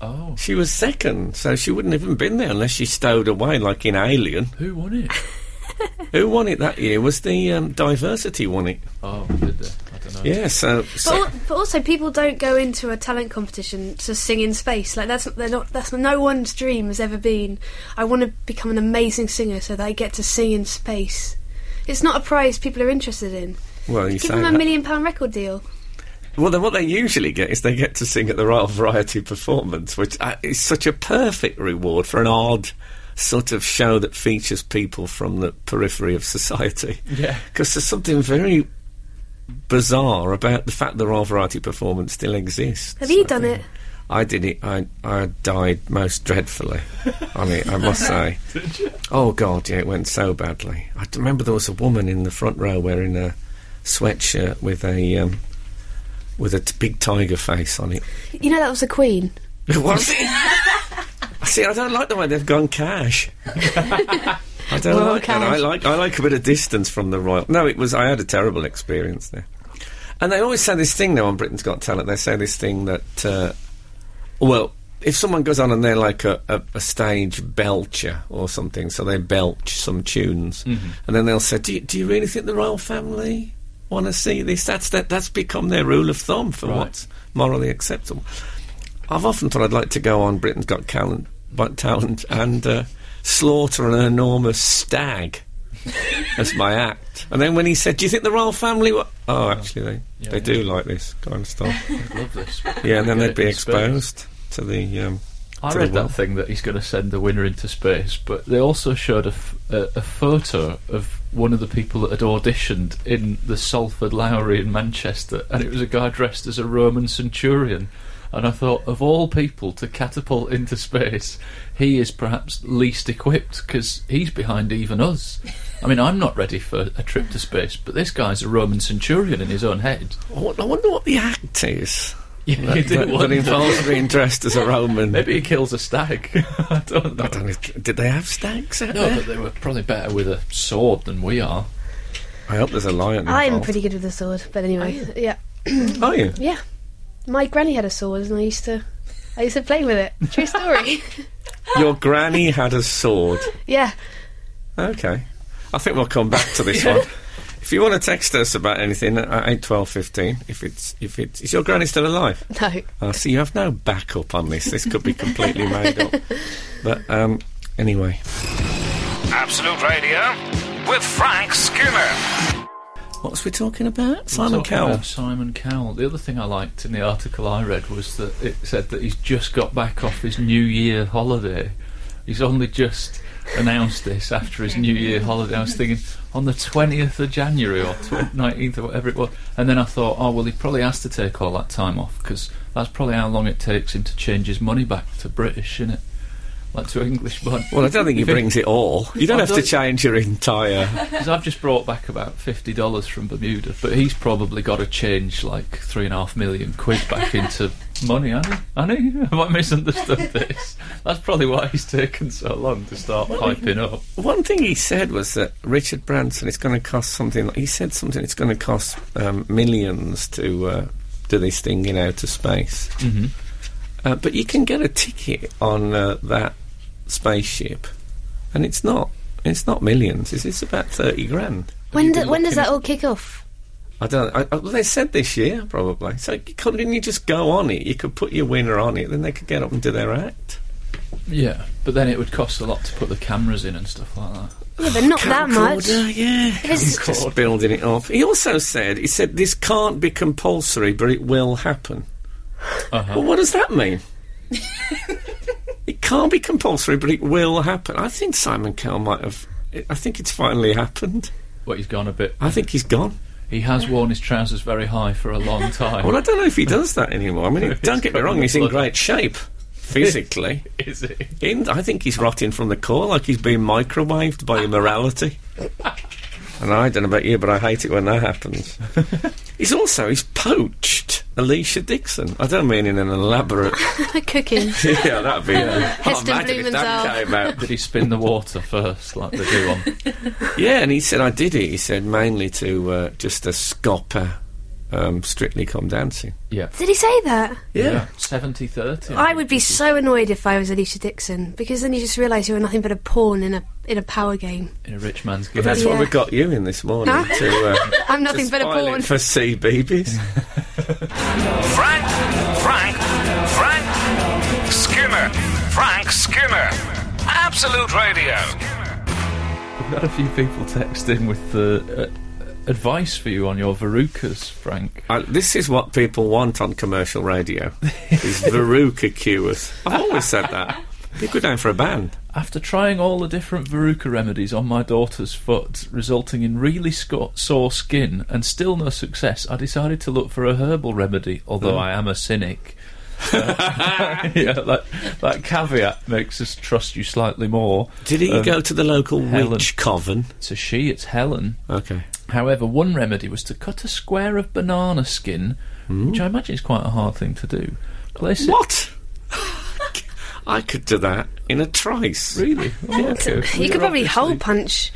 [SPEAKER 4] oh,
[SPEAKER 3] She was second, so she wouldn't have even been there unless she stowed away like in Alien.
[SPEAKER 4] who won it?
[SPEAKER 3] Who won it that year was the um, diversity won it.
[SPEAKER 4] Oh, did they? I don't know.
[SPEAKER 3] Yeah, so,
[SPEAKER 5] But,
[SPEAKER 3] so
[SPEAKER 5] al- but also, people don't go into a talent competition to sing in space. Like that's they're not that's no one's dream has ever been. I want to become an amazing singer so that I get to sing in space. It's not a prize people are interested in.
[SPEAKER 3] Well, you
[SPEAKER 5] Give
[SPEAKER 3] say
[SPEAKER 5] them a
[SPEAKER 3] that.
[SPEAKER 5] million pound record deal.
[SPEAKER 3] Well, then what they usually get is they get to sing at the Royal Variety Performance, which uh, is such a perfect reward for an odd sort of show that features people from the periphery of society. <laughs>
[SPEAKER 4] Yeah.
[SPEAKER 3] Because there's something very bizarre about the fact the Royal Variety Performance still exists.
[SPEAKER 5] Have you
[SPEAKER 3] I
[SPEAKER 5] done
[SPEAKER 3] think.
[SPEAKER 5] it?
[SPEAKER 3] I did it. I, I died most dreadfully. I mean, I must say.
[SPEAKER 4] <laughs> Did you?
[SPEAKER 3] Oh God, yeah, it went so badly. I d- remember there was a woman in the front row wearing a sweatshirt with a um, with a t- big tiger face on it.
[SPEAKER 5] You know that was the Queen.
[SPEAKER 3] <laughs> was it? See, I don't like the way they've gone cash. I don't
[SPEAKER 5] Well,
[SPEAKER 3] like that. I
[SPEAKER 5] cash.
[SPEAKER 3] like I like a bit of distance from the royal. No, it was. I had a terrible experience there. And they always say this thing now on Britain's Got Talent. They say this thing that, uh, well, if someone goes on and they're like a, a, a stage belcher or something, so they belch some tunes, and then they'll say, do you, "Do you really think the royal family want to see this?" That's that, that's become their rule of thumb for
[SPEAKER 4] Right.
[SPEAKER 3] what's morally acceptable. I've often thought I'd like to go on Britain's Got Talent, but talent and uh, slaughter an enormous stag
[SPEAKER 4] <laughs>
[SPEAKER 3] as my act. And then when he said, "Do you think the royal family?" Wa-? Oh, actually, they
[SPEAKER 4] Yeah,
[SPEAKER 3] they
[SPEAKER 4] yeah.
[SPEAKER 3] do like this kind of
[SPEAKER 4] <laughs>
[SPEAKER 3] stuff.
[SPEAKER 4] I love this.
[SPEAKER 3] yeah, and then
[SPEAKER 4] Get
[SPEAKER 3] they'd
[SPEAKER 4] it
[SPEAKER 3] be
[SPEAKER 4] in space.
[SPEAKER 3] exposed to the. Um,
[SPEAKER 4] I
[SPEAKER 3] to
[SPEAKER 4] read
[SPEAKER 3] the
[SPEAKER 4] that
[SPEAKER 3] world.
[SPEAKER 4] thing that he's going to send the winner into space, but they also showed a, f- a, a photo of one of the people that had auditioned in the Salford Lowry in Manchester, and it was a guy dressed as a Roman centurion. And I thought, of all people to catapult into space, he is perhaps least equipped because he's behind even us. I mean, I'm not ready for a trip to space, but this guy's a Roman centurion in his own head. <laughs>
[SPEAKER 3] I wo- I wonder what the act is
[SPEAKER 4] Yeah,
[SPEAKER 3] that, that- that involves being dressed as a
[SPEAKER 4] <laughs>
[SPEAKER 3] Roman.
[SPEAKER 4] Maybe he kills a stag. <laughs> I don't know.
[SPEAKER 3] I don't know. if- Did they have stags out
[SPEAKER 4] No,
[SPEAKER 3] there?
[SPEAKER 4] but they were probably better with a sword than we are.
[SPEAKER 3] I hope there's a lion.
[SPEAKER 5] I'm
[SPEAKER 3] involved.
[SPEAKER 5] pretty good with the sword, but anyway, yeah,
[SPEAKER 3] Are you?
[SPEAKER 5] yeah. My granny had a sword, and I used to, I used to play with it. True story.
[SPEAKER 3] Your granny had a sword.
[SPEAKER 5] yeah.
[SPEAKER 3] Okay. I think we'll come back to
[SPEAKER 4] <laughs>
[SPEAKER 3] this one. If you want to text us about anything uh, at eight twelve fifteen, if it's if it's is your granny still alive?
[SPEAKER 5] No.
[SPEAKER 3] Uh, so you have no backup on this. This could be completely made up. But um, anyway,
[SPEAKER 2] Absolute Radio with Frank Skinner.
[SPEAKER 3] what was we talking about? Simon
[SPEAKER 4] Talking
[SPEAKER 3] Cowell.
[SPEAKER 4] about uh, Simon Cowell. The other thing I liked in the article I read was that it said that he's just got back off his New Year holiday. He's only just announced this after his New Year holiday. I was thinking on the 20th of January or tw- 19th or whatever it was. And then I thought, oh, well, he probably has to take all that time off because that's probably how long it takes him to change his money back to British, innit? Like to English money.
[SPEAKER 3] Well, I don't
[SPEAKER 4] <laughs>
[SPEAKER 3] think he brings it all. You don't
[SPEAKER 4] I
[SPEAKER 3] have to
[SPEAKER 4] don't-
[SPEAKER 3] change your entire.
[SPEAKER 4] Because I've just brought back about fifty dollars from Bermuda, but he's probably got to change like three and a half million quid back into money. hasn't he? Hasn't he? <laughs> Have I misunderstood this? That's probably why he's taken so long to start piping up.
[SPEAKER 3] One thing he said was that Richard Branson is going to cost something. He said something. It's going to cost um, millions to uh, do this thing in outer space.
[SPEAKER 4] Mm-hmm.
[SPEAKER 3] Uh, but you can get a ticket on uh, that spaceship, and it's not. It's not millions. It's, it's about thirty grand.
[SPEAKER 5] When
[SPEAKER 4] you
[SPEAKER 5] do,
[SPEAKER 4] been
[SPEAKER 5] when does
[SPEAKER 4] looking-
[SPEAKER 5] that all kick off?
[SPEAKER 3] I don't. I, I, well, they said this year probably. So you could not you just go on it? You could put your winner on it, then they could get up and do their act.
[SPEAKER 4] Yeah, but then it would cost a lot to put the cameras in and stuff like that.
[SPEAKER 5] Yeah, but not that much.
[SPEAKER 3] Camcorder, yeah.
[SPEAKER 5] It's-
[SPEAKER 3] Camcorder. Just building it up. He also said he said this can't be compulsory, but it will happen.
[SPEAKER 4] Uh-huh.
[SPEAKER 3] Well, what does that
[SPEAKER 5] <laughs>
[SPEAKER 3] mean? it can't be compulsory, but it will happen. I think Simon Cowell might have. I think it's finally happened.
[SPEAKER 4] But he's gone a bit.
[SPEAKER 3] I think he's gone.
[SPEAKER 4] He has worn his trousers very high for a long time.
[SPEAKER 3] Well, I don't know if he does that anymore. I mean,
[SPEAKER 4] He's
[SPEAKER 3] don't get me
[SPEAKER 4] got
[SPEAKER 3] wrong,
[SPEAKER 4] the
[SPEAKER 3] he's in
[SPEAKER 4] blood.
[SPEAKER 3] great shape physically.
[SPEAKER 4] <laughs> is it?
[SPEAKER 3] In, I think he's rotting from the core, like he's being microwaved by immorality. and I don't know about you, but I hate it when that
[SPEAKER 5] <laughs>
[SPEAKER 3] happens. he's also he's poached Alicia Dixon. I don't mean in an elaborate. <laughs>
[SPEAKER 5] <laughs> Cooking.
[SPEAKER 3] yeah, that'd be.
[SPEAKER 5] Heston
[SPEAKER 3] I imagine if that
[SPEAKER 5] Blumenthal.
[SPEAKER 3] came out.
[SPEAKER 4] Did he spin the water first, like they do on?
[SPEAKER 3] Yeah, and he said I did it. He said mainly to uh, just a scopper, um, strictly come dancing.
[SPEAKER 4] Yeah.
[SPEAKER 5] Did he say that?
[SPEAKER 3] Yeah.
[SPEAKER 4] 70 30.
[SPEAKER 5] I would be so annoyed if I was Alicia Dixon because then you just realise you were nothing but a pawn in a in a power game.
[SPEAKER 4] In a rich man's
[SPEAKER 3] But
[SPEAKER 4] game.
[SPEAKER 3] that's what
[SPEAKER 5] Yeah.
[SPEAKER 3] we got you in this morning to. Uh,
[SPEAKER 5] I'm <laughs> nothing but a
[SPEAKER 3] spoil it
[SPEAKER 5] pawn.
[SPEAKER 3] for CBeebies.
[SPEAKER 2] Frank, Frank, Frank Skinner. Frank Skinner. Absolute Radio.
[SPEAKER 4] had a few people text in with the. Uh, Advice for you on your verrucas, Frank.
[SPEAKER 3] Uh, this is what people want on commercial
[SPEAKER 4] <laughs>
[SPEAKER 3] radio. is Veruca cures. I've always said that. Be good down for a ban.
[SPEAKER 4] After trying all the different verruca remedies on my daughter's foot, resulting in really sco- sore skin and still no success, I decided to look for a herbal remedy,
[SPEAKER 3] Mm.
[SPEAKER 4] although I am a cynic. Uh, <laughs> yeah, that, that caveat makes us trust you slightly more.
[SPEAKER 3] Did he
[SPEAKER 4] Um,
[SPEAKER 3] go to the local
[SPEAKER 4] Helen.
[SPEAKER 3] witch coven?
[SPEAKER 4] It's a she, it's Helen.
[SPEAKER 3] Okay.
[SPEAKER 4] However, one remedy was to cut a square of banana skin, which I imagine is quite a hard thing to do. Place
[SPEAKER 3] What? <laughs> I could do that in a trice.
[SPEAKER 5] <laughs>
[SPEAKER 4] it. Really? Oh, okay.
[SPEAKER 5] you
[SPEAKER 4] Well,
[SPEAKER 5] could
[SPEAKER 4] you're
[SPEAKER 5] probably hole
[SPEAKER 4] obviously-
[SPEAKER 5] punch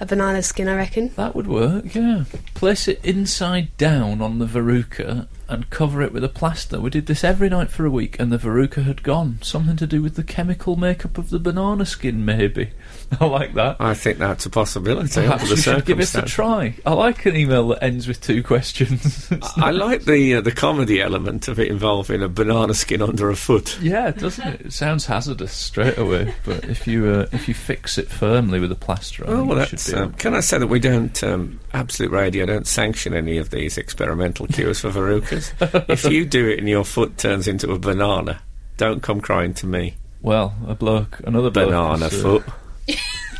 [SPEAKER 5] a banana skin, I reckon.
[SPEAKER 4] That would work, yeah. Place it inside down on the verruca and cover it with a plaster. We did this every night for a week and the verruca had gone. Something to do with the chemical makeup of the banana skin, maybe. <laughs> I like that.
[SPEAKER 3] I think that's a possibility. under
[SPEAKER 4] Perhaps
[SPEAKER 3] the
[SPEAKER 4] you should give us a
[SPEAKER 3] circumstance.
[SPEAKER 4] try. I like an email that ends with two questions. <laughs>
[SPEAKER 3] I like the uh, the comedy element of it involving a banana skin under a foot.
[SPEAKER 4] yeah, doesn't it? It sounds hazardous straight away, but if you uh, if you fix it firmly with a plaster, I
[SPEAKER 3] Oh,
[SPEAKER 4] think
[SPEAKER 3] well,
[SPEAKER 4] it
[SPEAKER 3] that's.
[SPEAKER 4] should be.
[SPEAKER 3] Um, can I say that we don't, um, Absolute Radio don't sanction any of these experimental cures for
[SPEAKER 4] <laughs>
[SPEAKER 3] verrucas? if you do it and your foot turns into a banana, don't come crying to me.
[SPEAKER 4] well, a bloke, another bloke
[SPEAKER 3] Banana
[SPEAKER 4] has, uh,
[SPEAKER 3] foot.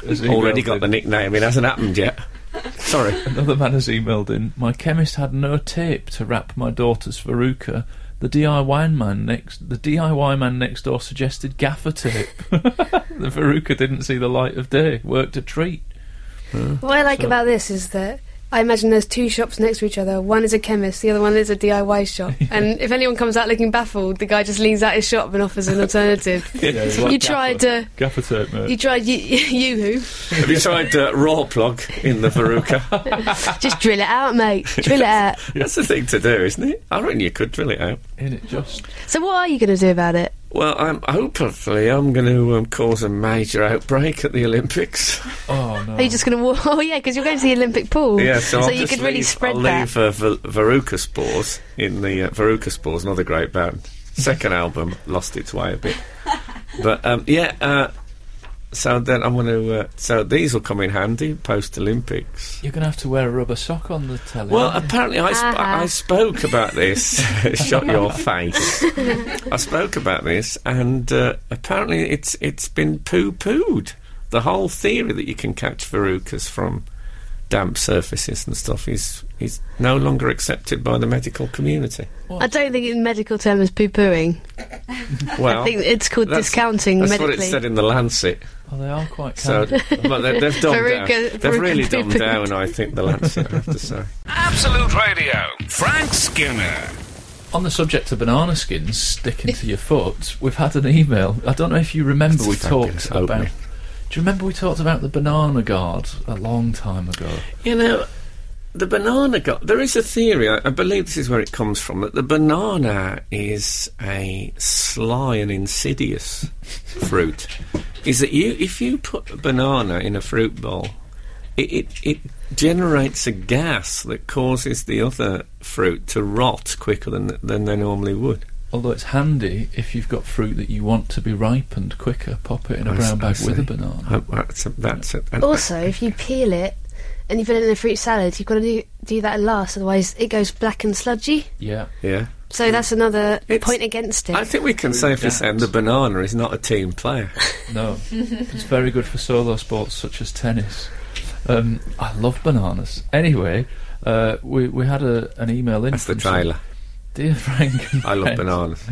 [SPEAKER 4] has
[SPEAKER 3] Already
[SPEAKER 4] emailed
[SPEAKER 3] got
[SPEAKER 4] in.
[SPEAKER 3] the nickname. It hasn't happened yet. Sorry.
[SPEAKER 4] Another man has emailed in. My chemist had no tape to wrap my daughter's veruca. The DIY man next, the DIY man next door suggested gaffer tape. <laughs> the veruca didn't see the light of day. Worked a treat.
[SPEAKER 5] What I like about this is that I imagine there's two shops next to each other. One is a chemist, the other one is a
[SPEAKER 3] <laughs>
[SPEAKER 5] DIY shop. And if anyone comes out looking baffled, the guy just leans out his shop and offers an
[SPEAKER 3] <laughs>
[SPEAKER 5] alternative. you tried uh,
[SPEAKER 4] gaffer tape,
[SPEAKER 5] you
[SPEAKER 4] mate.
[SPEAKER 5] tried y- <laughs> YooHoo.
[SPEAKER 3] Have you tried uh, raw plug in the
[SPEAKER 4] <laughs>
[SPEAKER 3] verruca?
[SPEAKER 5] Just drill it out, mate. Drill it out.
[SPEAKER 3] That's the thing to do, isn't it? I reckon you could drill it out.
[SPEAKER 4] In it just.
[SPEAKER 5] So what are you going to do about it?
[SPEAKER 3] Well, I'm hopefully I'm going to um, cause a major outbreak at the Olympics. <laughs>
[SPEAKER 4] Oh no.
[SPEAKER 5] Are you just going to walk? <laughs> Oh yeah, because you're going to the Olympic pool.
[SPEAKER 3] Yeah, so, I'll
[SPEAKER 5] you
[SPEAKER 3] just
[SPEAKER 5] could really
[SPEAKER 3] leave,
[SPEAKER 5] spread
[SPEAKER 3] I'll
[SPEAKER 5] that.
[SPEAKER 3] leave uh, ver- Veruca Spores in the uh, Veruca Spores, another great band. Second album lost its way a
[SPEAKER 5] <laughs>
[SPEAKER 3] bit, but um, yeah. Uh, so then I'm going to. Uh, so these will come in handy post Olympics.
[SPEAKER 4] You're going to have to wear a rubber sock on the telly.
[SPEAKER 3] Well,
[SPEAKER 4] aren't you?
[SPEAKER 3] apparently I, sp-
[SPEAKER 5] Uh-huh.
[SPEAKER 3] I spoke about
[SPEAKER 5] <laughs>
[SPEAKER 3] this. <laughs> Shot your face. I spoke about this, and uh, apparently it's it's been poo pooed. The whole theory that you can catch verrucas from damp surfaces and stuff is is no longer accepted by the medical community.
[SPEAKER 5] I don't think in medical term is poo pooing.
[SPEAKER 3] Well,
[SPEAKER 5] <laughs> I think it's called
[SPEAKER 3] Oh, that's-
[SPEAKER 5] discounting
[SPEAKER 3] That's
[SPEAKER 5] medically.
[SPEAKER 3] what it said in the Lancet.
[SPEAKER 4] oh, they are quite
[SPEAKER 3] So,
[SPEAKER 4] candid.
[SPEAKER 3] but they, they've dumbed
[SPEAKER 5] Veruca-
[SPEAKER 3] down.
[SPEAKER 5] Veruca
[SPEAKER 3] They've really dumbed
[SPEAKER 5] poo-pooed.
[SPEAKER 3] down. I think the Lancet. I have to say.
[SPEAKER 2] Absolute Radio. Frank Skinner.
[SPEAKER 4] On the subject of banana skins sticking to your foot, we've had an email. I don't know if you remember
[SPEAKER 3] That's a
[SPEAKER 4] we
[SPEAKER 3] fabulous
[SPEAKER 4] talked about.
[SPEAKER 3] opening.
[SPEAKER 4] Do you remember we talked about the banana guard a long time ago?
[SPEAKER 3] You know, the banana got. There is a theory, I, I believe this is where it comes from, that the banana is a sly and insidious fruit. Is that you? If you put a banana in a fruit bowl, it, it, it generates a gas that causes the other fruit to rot quicker than, than they normally would.
[SPEAKER 4] Although it's handy if you've got fruit that you want to be ripened quicker, pop it in a
[SPEAKER 3] I s-
[SPEAKER 4] brown
[SPEAKER 3] I
[SPEAKER 4] bag with
[SPEAKER 3] see.
[SPEAKER 4] a banana.
[SPEAKER 3] I- Oh, that's a, that's a, and-
[SPEAKER 5] Also, if you peel it and you put it in a fruit salad, you've got to do, do that last, otherwise it goes black and sludgy.
[SPEAKER 4] Yeah.
[SPEAKER 3] yeah.
[SPEAKER 5] So that's another
[SPEAKER 3] It's-
[SPEAKER 5] point against it.
[SPEAKER 3] I think we can safely say the banana is not a team player.
[SPEAKER 4] No. it's very good for solo sports such as tennis. Um, I love bananas. Anyway, uh, we we had a, an email in.
[SPEAKER 3] That's the
[SPEAKER 4] from some-
[SPEAKER 3] trailer.
[SPEAKER 4] Dear Frank, and
[SPEAKER 3] I love
[SPEAKER 4] <laughs> friends,
[SPEAKER 3] bananas.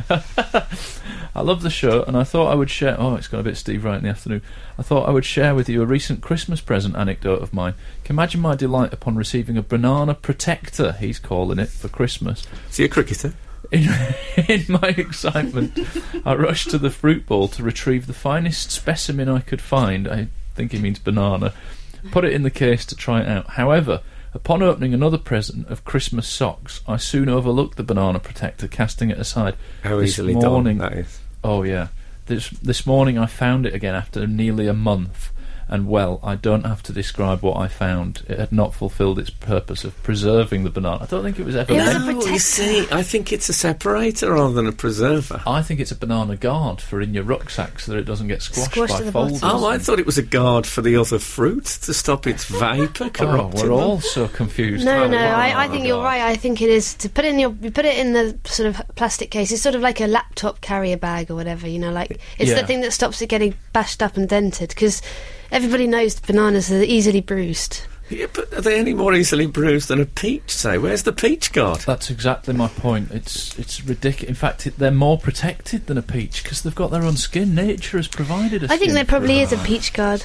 [SPEAKER 4] I love the show, and I thought I would share. Oh, it's got a bit Steve right in the afternoon. I thought I would share with you a recent Christmas present anecdote of mine. Can you imagine my delight upon receiving a banana protector, he's calling it, for Christmas.
[SPEAKER 3] So you're a eh? cricketer?
[SPEAKER 4] In, <laughs> in my excitement, I rushed to the fruit bowl to retrieve the finest specimen I could find. I think he means banana. Put it in the case to try it out. However, upon opening another present of Christmas socks, I soon overlooked the banana protector, casting it aside.
[SPEAKER 3] How
[SPEAKER 4] This
[SPEAKER 3] easily done
[SPEAKER 4] morning,
[SPEAKER 3] that is.
[SPEAKER 4] Oh yeah. This this morning I found it again after nearly a month. and well, I don't have to describe what I found. It had not fulfilled its purpose of preserving the banana. I don't think it was ever
[SPEAKER 5] It was a
[SPEAKER 4] meant.
[SPEAKER 5] No, you
[SPEAKER 3] you
[SPEAKER 5] protector.
[SPEAKER 3] see,
[SPEAKER 5] see,
[SPEAKER 3] I think it's a separator rather than a preserver.
[SPEAKER 4] I think it's a banana guard for in your rucksack so that it doesn't get squashed
[SPEAKER 5] Squashed to
[SPEAKER 4] by
[SPEAKER 5] the
[SPEAKER 4] folders.
[SPEAKER 5] bottom.
[SPEAKER 3] Oh, I thought it was a guard for the other fruit to stop its <laughs> vapour
[SPEAKER 4] Oh,
[SPEAKER 3] corrupting.
[SPEAKER 4] we're
[SPEAKER 3] them.
[SPEAKER 4] all so confused.
[SPEAKER 5] No,
[SPEAKER 4] aren't
[SPEAKER 5] no,
[SPEAKER 4] we?
[SPEAKER 5] I, I
[SPEAKER 4] Oh,
[SPEAKER 5] think you're
[SPEAKER 4] God.
[SPEAKER 5] right. I think it is to put it in your you put it in the sort of plastic case. It's sort of like a laptop carrier bag or whatever. You know, like it's
[SPEAKER 4] Yeah.
[SPEAKER 5] the thing that stops it getting bashed up and dented because everybody knows bananas are easily bruised.
[SPEAKER 3] Yeah, but are they any more easily bruised than a peach, say? Where's the peach guard?
[SPEAKER 4] That's exactly my point. It's it's ridiculous. In fact, it, they're more protected than a peach because they've got their own skin. Nature has provided us.
[SPEAKER 5] I think there probably is a peach guard.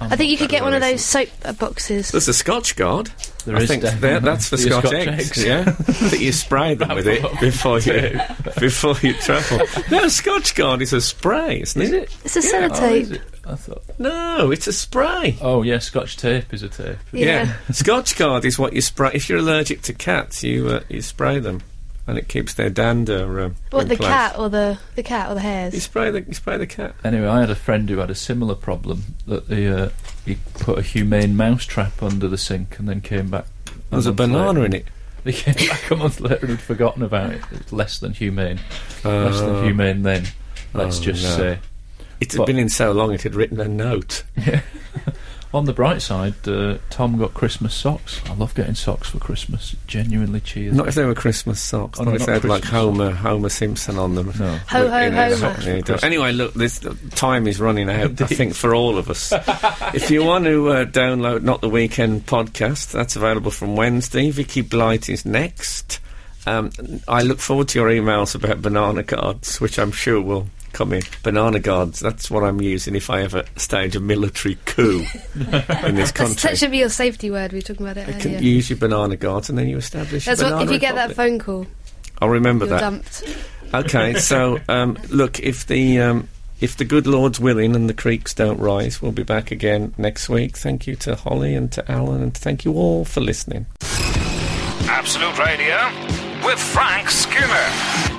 [SPEAKER 5] I think you could get one of those soap uh, boxes.
[SPEAKER 3] There's a Scotch guard.
[SPEAKER 4] There
[SPEAKER 3] I
[SPEAKER 4] is
[SPEAKER 3] think
[SPEAKER 4] definitely
[SPEAKER 3] that- <laughs> that's for
[SPEAKER 4] the
[SPEAKER 3] Scotch,
[SPEAKER 4] Scotch
[SPEAKER 3] eggs. <laughs>
[SPEAKER 4] eggs.
[SPEAKER 3] Yeah, that you spray them with it <laughs> before you before you travel. No, Scotch guard is a spray, isn't
[SPEAKER 4] Is
[SPEAKER 3] it?
[SPEAKER 4] it?
[SPEAKER 5] It's a
[SPEAKER 4] Oh, is
[SPEAKER 5] sellotape.
[SPEAKER 4] it? I thought.
[SPEAKER 3] No, it's a spray.
[SPEAKER 4] Oh yeah, Scotch tape is a tape.
[SPEAKER 5] yeah.
[SPEAKER 3] Scotch guard is what you spray. If you're allergic to cats, you uh, you spray them, and it keeps their dander. Um, in
[SPEAKER 5] What the
[SPEAKER 3] place.
[SPEAKER 5] cat or the the cat or the
[SPEAKER 3] You
[SPEAKER 5] hares?
[SPEAKER 3] spray the you spray the cat.
[SPEAKER 4] Anyway, I had a friend who had a similar problem that he, uh, he put a humane mouse trap under the sink and then came back.
[SPEAKER 3] There's a
[SPEAKER 4] month later.
[SPEAKER 3] banana in it.
[SPEAKER 4] He came back a month later and had forgotten about it. It's less than humane. less
[SPEAKER 3] Uh,
[SPEAKER 4] than humane then. Let's
[SPEAKER 3] oh,
[SPEAKER 4] just
[SPEAKER 3] no.
[SPEAKER 4] say.
[SPEAKER 3] It had
[SPEAKER 4] But-
[SPEAKER 3] been in so long, it had written a note.
[SPEAKER 4] On the bright side, uh, Tom got Christmas socks. I love getting socks for Christmas. It Genuinely cheers.
[SPEAKER 3] Not if they were Christmas socks.
[SPEAKER 4] Oh,
[SPEAKER 3] not
[SPEAKER 4] no,
[SPEAKER 3] if
[SPEAKER 4] not
[SPEAKER 3] they had like
[SPEAKER 4] Christmas
[SPEAKER 3] Homer Homer Simpson on them.
[SPEAKER 4] no.
[SPEAKER 5] Ho, ho,
[SPEAKER 3] In a-
[SPEAKER 5] ho.
[SPEAKER 3] in a- Anyway, look, this the time is running out. I think for all of
[SPEAKER 4] <laughs>
[SPEAKER 3] us. if you want to uh, download not the weekend podcast, that's available from Wednesday. Vicky Blight is next. Um, I look forward to your emails about banana guards, which I'm sure will come in. Banana guards. That's what I'm using if I ever stage a military
[SPEAKER 5] <laughs>
[SPEAKER 3] coup in this
[SPEAKER 5] That's,
[SPEAKER 3] country.
[SPEAKER 5] that should be your safety word. We were talking about it
[SPEAKER 3] You can
[SPEAKER 5] earlier.
[SPEAKER 3] use your banana guards, and then you establish. a
[SPEAKER 5] That's what
[SPEAKER 3] banana
[SPEAKER 5] if you get that
[SPEAKER 3] republic.
[SPEAKER 5] phone call,
[SPEAKER 3] I'll remember
[SPEAKER 5] you're
[SPEAKER 3] that.
[SPEAKER 5] dumped.
[SPEAKER 3] Okay, so um, look, if the um, if the good Lord's willing and the creeks don't rise, we'll be back again next week. Thank you to Holly and to Alan, and thank you all for listening.
[SPEAKER 2] Absolute Radio with Frank Skinner.